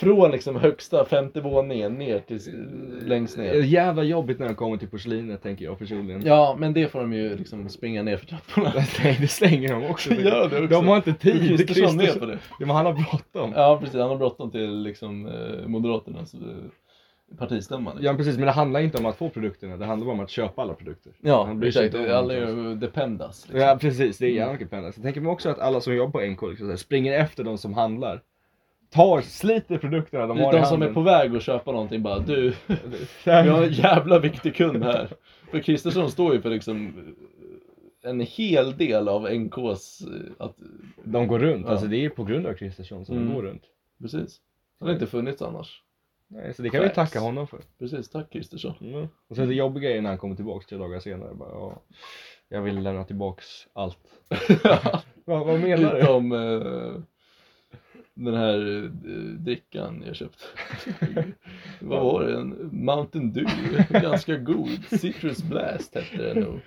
Från liksom högsta femte våningen ner till s- längst Det är ner. jävla jobbigt när de kommer till porslinet tänker jag personligen. Ja, men det får de ju liksom springa ner för trapporna. Nej, det slänger de också. Gör det också. De har inte tid. Kristersson med Kristersson- på det. Ja, men han har bråttom. Ja, precis. Han har bråttom till liksom eh, Moderaternas eh, partistämma. Liksom. Ja precis, men det handlar inte om att få produkterna, det handlar bara om att köpa alla produkter. Ja, Han bryr sig exakt. inte om Alla är någonting. ju dependas. Liksom. Ja precis, det är jävla mycket pengar. Så tänker man också att alla som jobbar på NK liksom, så här, springer efter de som handlar. Tar, sliter produkterna de Det är har i de som handen. är på väg att köpa någonting bara du, Så Vi har här- en jävla viktig kund här. För Kristersson står ju för liksom en hel del av NKs... eh, Att, De går runt, Ja. alltså det är på grund av Kristersson som Mm. de går runt. precis. Det hade inte funnits annars. Nej, så det kan vi Facts. tacka honom för. Precis, tack Kristersson. Och sen det jobbiga är när han kommer tillbaks tre dagar senare bara, ja, jag vill lämna tillbaks allt. Va, vad menar Lite du? om eh, den här eh, drickan jag köpt. Vad var det? En Mountain Dew. Ganska god. Citrus Blast hette den nog.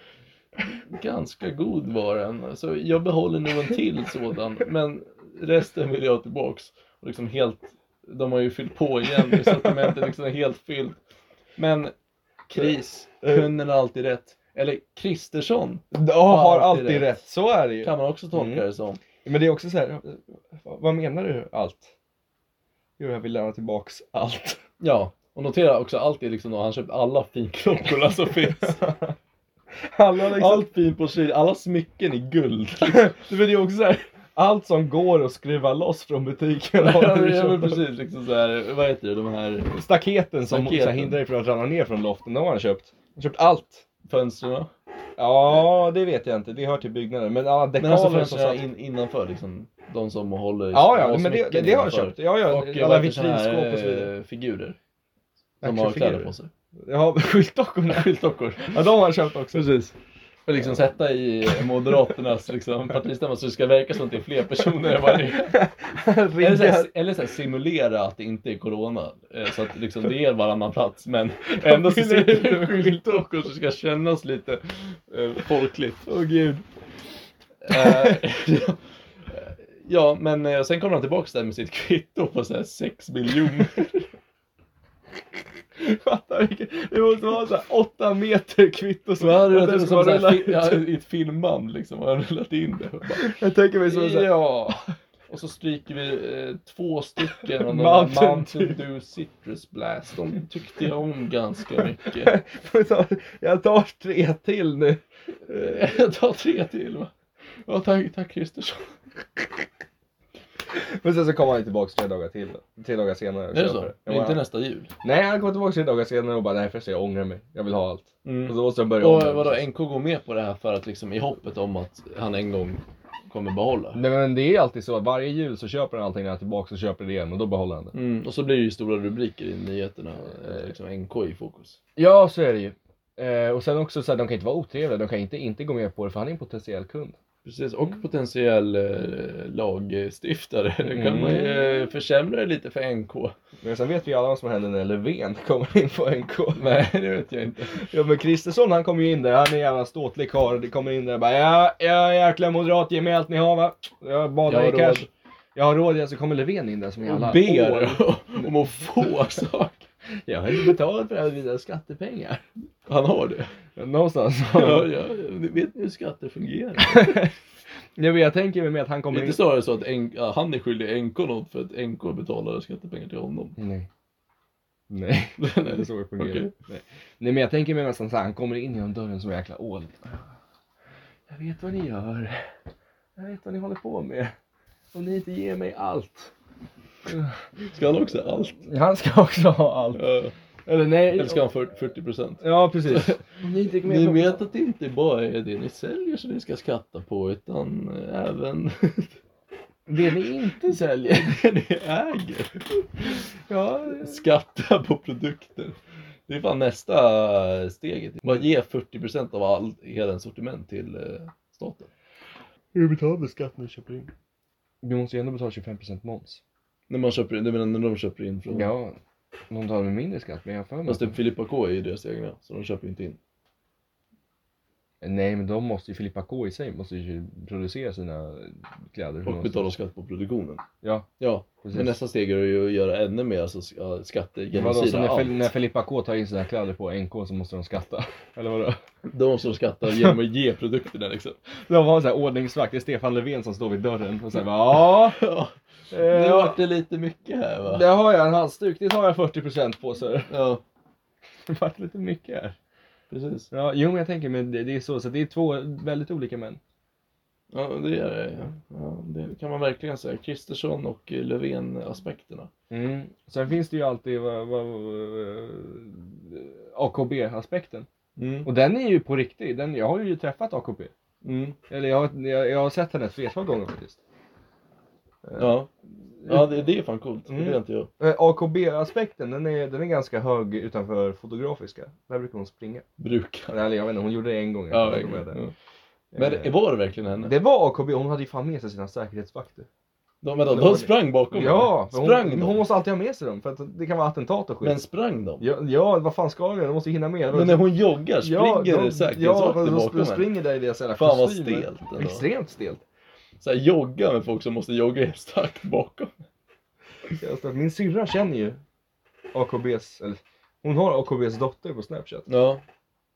Ganska god var den. Så jag behåller nog en till sådan. Men resten vill jag ha tillbaks. Och liksom helt, de har ju fyllt på igen. nu, Sortimentet liksom är helt fyllt. Men kris. Eh, Kunden har alltid rätt. Eller Kristersson Du har alltid alltid rätt. rätt. så är det ju. kan man också tolka Mm. det som. Men det är också så här, vad vad menar du allt? Jo, jag vill lämna tillbaks allt. Ja, och notera också allt är liksom, han köpt alla finklockorna som finns. Alla liksom, allt. Allt fin porslin, alla smycken i guld. Men det är också så här, allt som går att skruva loss från butiken har ja, du men- ja, men köpt. precis, liksom så här, vad heter det, de här Staketen som Staketen. Så här, hindrar dig från att ramla ner från loften, de har han köpt. Han har köpt allt. fönstren? Ja, det vet jag inte, det hör till byggnaden. Men alla Men alltså dekaler som fönstren satt... in, innanför liksom, de som håller Ja, har ja, men det, smycken det har han innanför. köpt. Ja, Och ja, eh, alla vad heter såna vitrinskåp och så här vidare. eh, figurer. De har kläder på sig. Ja, skyltdockorna. Skyltdockor. Ja, de har han köpt också. Precis. Och liksom sätta i Moderaternas liksom, partistämma så det ska verka som att det är fler personer än vad det är. Eller så, här, eller så här, simulera att det inte är corona. eh, Så att liksom, det är varannan plats. Men ändå så sitter det en skyltdock och så ska kännas lite eh, folkligt. Åh gud. Eh, ja. ja, men eh, sen kommer han tillbaks där med sitt kvitto på så här 6 miljoner. Fatta vilken, det måste vara såhär 8 meter kvitto som, Så hade och det den varit som ska så rulla här, fi- ja, ut. i ett filmband liksom. Har han rullat in det. Och bara, Jag tänker mig som såhär, Ja. Och så stryker vi eh, två stycken av Mountain, Mountain där Mountain Dew Citrus Blast. De tyckte jag om ganska mycket. jag tar tre till nu. Eh, Jag tar tre till va? Ja, tack, tack Kristersson. Men sen så kommer han tillbaka tre dagar till. Tre dagar senare. och Är det köper så? Ja, Inte ja. nästa jul? Nej, han kommer tillbaka tre dagar senare och bara nej förresten jag ångrar mig. Jag vill ha allt. Och Mm. Och så måste jag börja om. vadå, NK går med på det här för att liksom i hoppet om att han en gång kommer behålla? Nej men det är alltid så. Varje jul så köper han allting när han är tillbaka och köper det igen och då behåller han det. Mm, och så blir det ju stora rubriker i nyheterna, eh, liksom NK i fokus. Ja så är det ju. Eh, och sen också så här, de kan inte vara otrevliga. De kan inte inte gå med på det för han är en potentiell kund. Precis, och potentiell eh, lagstiftare. Då kan man ju eh, försämra det lite för NK. Men sen vet vi alla vad som händer när Löfven kommer in på NK. Nej, det vet jag inte. Ja men Kristersson han kommer ju in där, han är en jävla ståtlig karl. Det kommer in där och bara ja, ja jäkla moderat, ge mig allt ni har va. Jag Jag badar har i råd. cash. Jag har råd, ja. så kommer Löfven in där som en jävla Och ber ål. om att få saker. Jag har inte betalat för det här med mina skattepengar. Han har det. Någonstans. Ja, ja, ni vet ni hur skatter fungerar? Ja, men jag tänker mig med att han kommer inte in. snarare så att en, ja, han är skyldig NK något för att NK betalar skattepengar till honom. Nej. Nej, Nej, det är så det fungerar. Okej. Nej. Nej men jag tänker mig nästan såhär, han kommer in genom dörren som en jäkla ål. Jag vet vad ni gör. Jag vet vad ni håller på med. Om ni inte ger mig allt. Ska han också ha allt? Han ska också ha allt. Ja. Eller nej. Eller ska han för- 40%? Ja, precis. Om ni inte gick med Ni på- vet att det inte bara är det ni säljer som ni ska skatta på utan även Det ni inte säljer. det ni äger. Ja, Skatta på produkter. Det är fan nästa steget. Man ger 40% av all, hela en sortiment till eh, staten. Hur betalar vi skatt när du köper in? du måste ju ändå betala 25% moms. När man köper in, du menar när de köper in från? Ja, de tar med mindre skatt, men jag har för mig Fast att- typ Filippa K är ju deras egna, så de köper ju inte in. Nej, men de måste ju, Filippa K i sig måste ju producera sina kläder. Och betalar skatt på produktionen. Ja, Ja, Mm. precis. men nästa steg är ju att göra ännu mer alltså, sk- ja, skatter genom Vadå, så sina när, allt. Fel- när Filippa K tar in sina kläder på NK så måste de skatta? Eller vadå? De som skattar genom att ge produkterna liksom. De har en sån här ordningsvakt, det är Stefan Löfven som står vid dörren och säger bara, ja, Ja, nu eh, vart det lite mycket här va? där har jag en halsduk, det tar jag 40% på sir. Ja, Det vart lite mycket här. precis. Ja, jo men jag tänker men det, det är så, så det är två väldigt olika män. Ja, det är det. Ja. Ja, det kan man verkligen säga. Kristersson och eh, Löfven-aspekterna. Mm. Sen finns det ju alltid vad, vad, eh, AKB-aspekten. Mm. Och den är ju på riktigt, den, jag har ju träffat AKB. Mm. Eller jag, har- jag, jag har sett henne ett flertal gånger faktiskt. Ja, ja det, det är fan coolt. Mm. Det är inte jag. Eh, AKB-aspekten, den är, den är ganska hög utanför fotografiska. Där brukar hon springa. Brukar. Eller jag vet inte, hon gjorde det en gång. Ja, Jag kommer ihåg verkligen. Ja. det. Men Eh, var det verkligen henne? det var AKB, hon hade ju fan med sig sina säkerhetsvakter. De, vänta, det var de det. sprang bakom Ja, henne. hon, Sprang de? hon måste alltid ha med sig dem för att det kan vara attentat och skit. Men sprang de? Ja, ja, vad fan ska de? De måste ju hinna med. Men när hon joggar springer ja, det Ja, säkerhetsvakter de, de, bakom de henne. springer där i deras jävla Fan vad kostymer. stelt ändå. Extremt stelt. Så här, jogga med folk som måste jogga i hästtakt bakom. Just att Alltså, Min syrra känner ju AKBs, eller hon har AKBs dotter på Snapchat. Ja,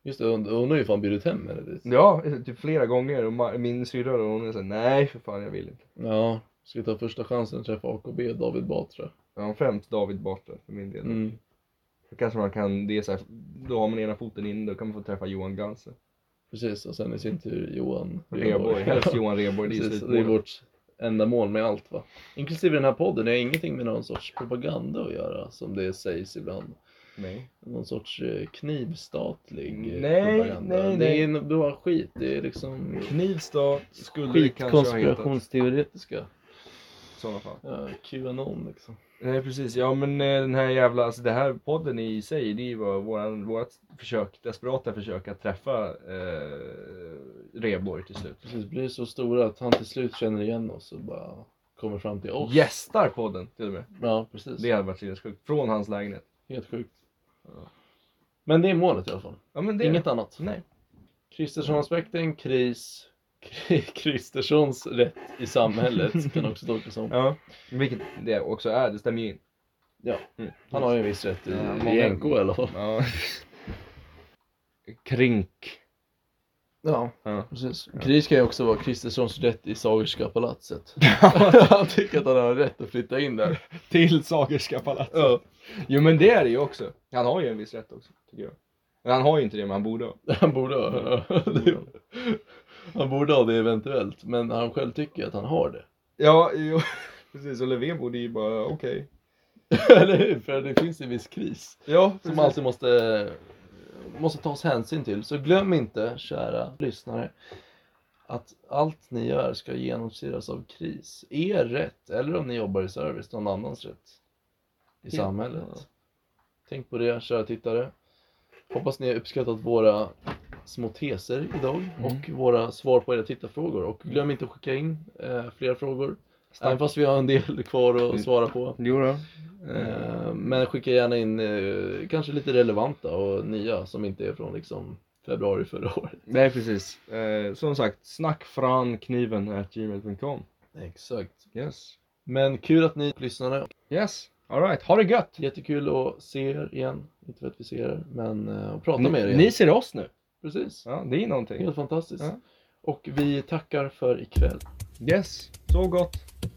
just det. Hon, hon har ju fan bjudit hem henne dit. Ja, typ flera gånger och ma- min syrra då, hon är såhär, nej för fan jag vill inte. Ja, ska vi ta första chansen att träffa AKB David Batra. Ja, främst David Batra för min del. Mm. Då kanske man kan, det är så här, då har man ena foten in, då kan man få träffa Johan Ganser. Precis, och sen i sin tur Johan Rheborg, helst Ja, Johan Rheborg, det är Precis, ju det är slutmålet. vårt enda mål med allt va. Inklusive den här podden, det har ingenting med någon sorts propaganda att göra som det sägs ibland. Nej. Någon sorts eh, knivstatlig eh, Nej, propaganda. nej, det nej. är en- bara skit, det är liksom Knivsta skulle vi kanske ha hetat i skitkonspirationsteoretiska. sådana fall. Ja, Qanon liksom. Nej precis, ja men eh, den här jävla, alltså det här podden i sig, det är ju bara våran, vårat försök, desperata försök att träffa eh, Rheborg till slut. Precis, blir så stora att han till slut känner igen oss och bara kommer fram till oss. Gästar podden till och med. Ja, precis. Det hade varit sinnessjukt. Från hans lägenhet. Helt sjukt. Men det är målet i alla fall. Ja men det... Inget annat. Nej. Kristersson-aspekten, kris. Kri- Kristerssons rätt i samhället kan också tolkas som. Ja. Vilket det också är, det stämmer ju in. Ja, Mm. han har ju en viss rätt i, Ja, i många- NK i alla fall. Ja. Krink. Ja, Ja. precis. Kris kan ju också vara Kristerssons rätt i Sagerska palatset. han tycker att han har rätt att flytta in där. Till Sagerska palatset. Ja. Jo men det är det ju också. Han har ju en viss rätt också, tycker jag. Men han har ju inte det, men han borde ha. Han borde ha det. Han borde ha det eventuellt, men han själv tycker att han har det. Ja, jo. Precis, och Löfven borde ju bara, okej. Eller hur? För det finns en viss kris Ja, som alltid måste, måste tas hänsyn till. Så glöm inte, kära lyssnare, att allt ni gör ska genomsyras av kris. Er rätt, eller om ni jobbar i service, någon annans rätt i Ja. samhället. Tänk på det, kära tittare. Hoppas ni har uppskattat våra små teser idag Mm. och våra svar på era tittarfrågor. Och glöm inte att skicka in eh, fler frågor. Starkt. Även fast vi har en del kvar att svara på. Jo då. Mm. Eh, Men skicka gärna in eh, kanske lite relevanta och nya som inte är från liksom februari förra året. Nej, precis. Eh, som sagt, snackfrankniven.gmail.com. Exakt. Yes. Men kul att ni lyssnade. Yes. Alright, ha det gött! Jättekul att se er igen. Inte för att vi ser er, men eh, att prata med er Ni, igen. ni ser oss nu. Precis. Ja, det är någonting. Helt fantastiskt. Ja. Och vi tackar för ikväll. Yes, så gott.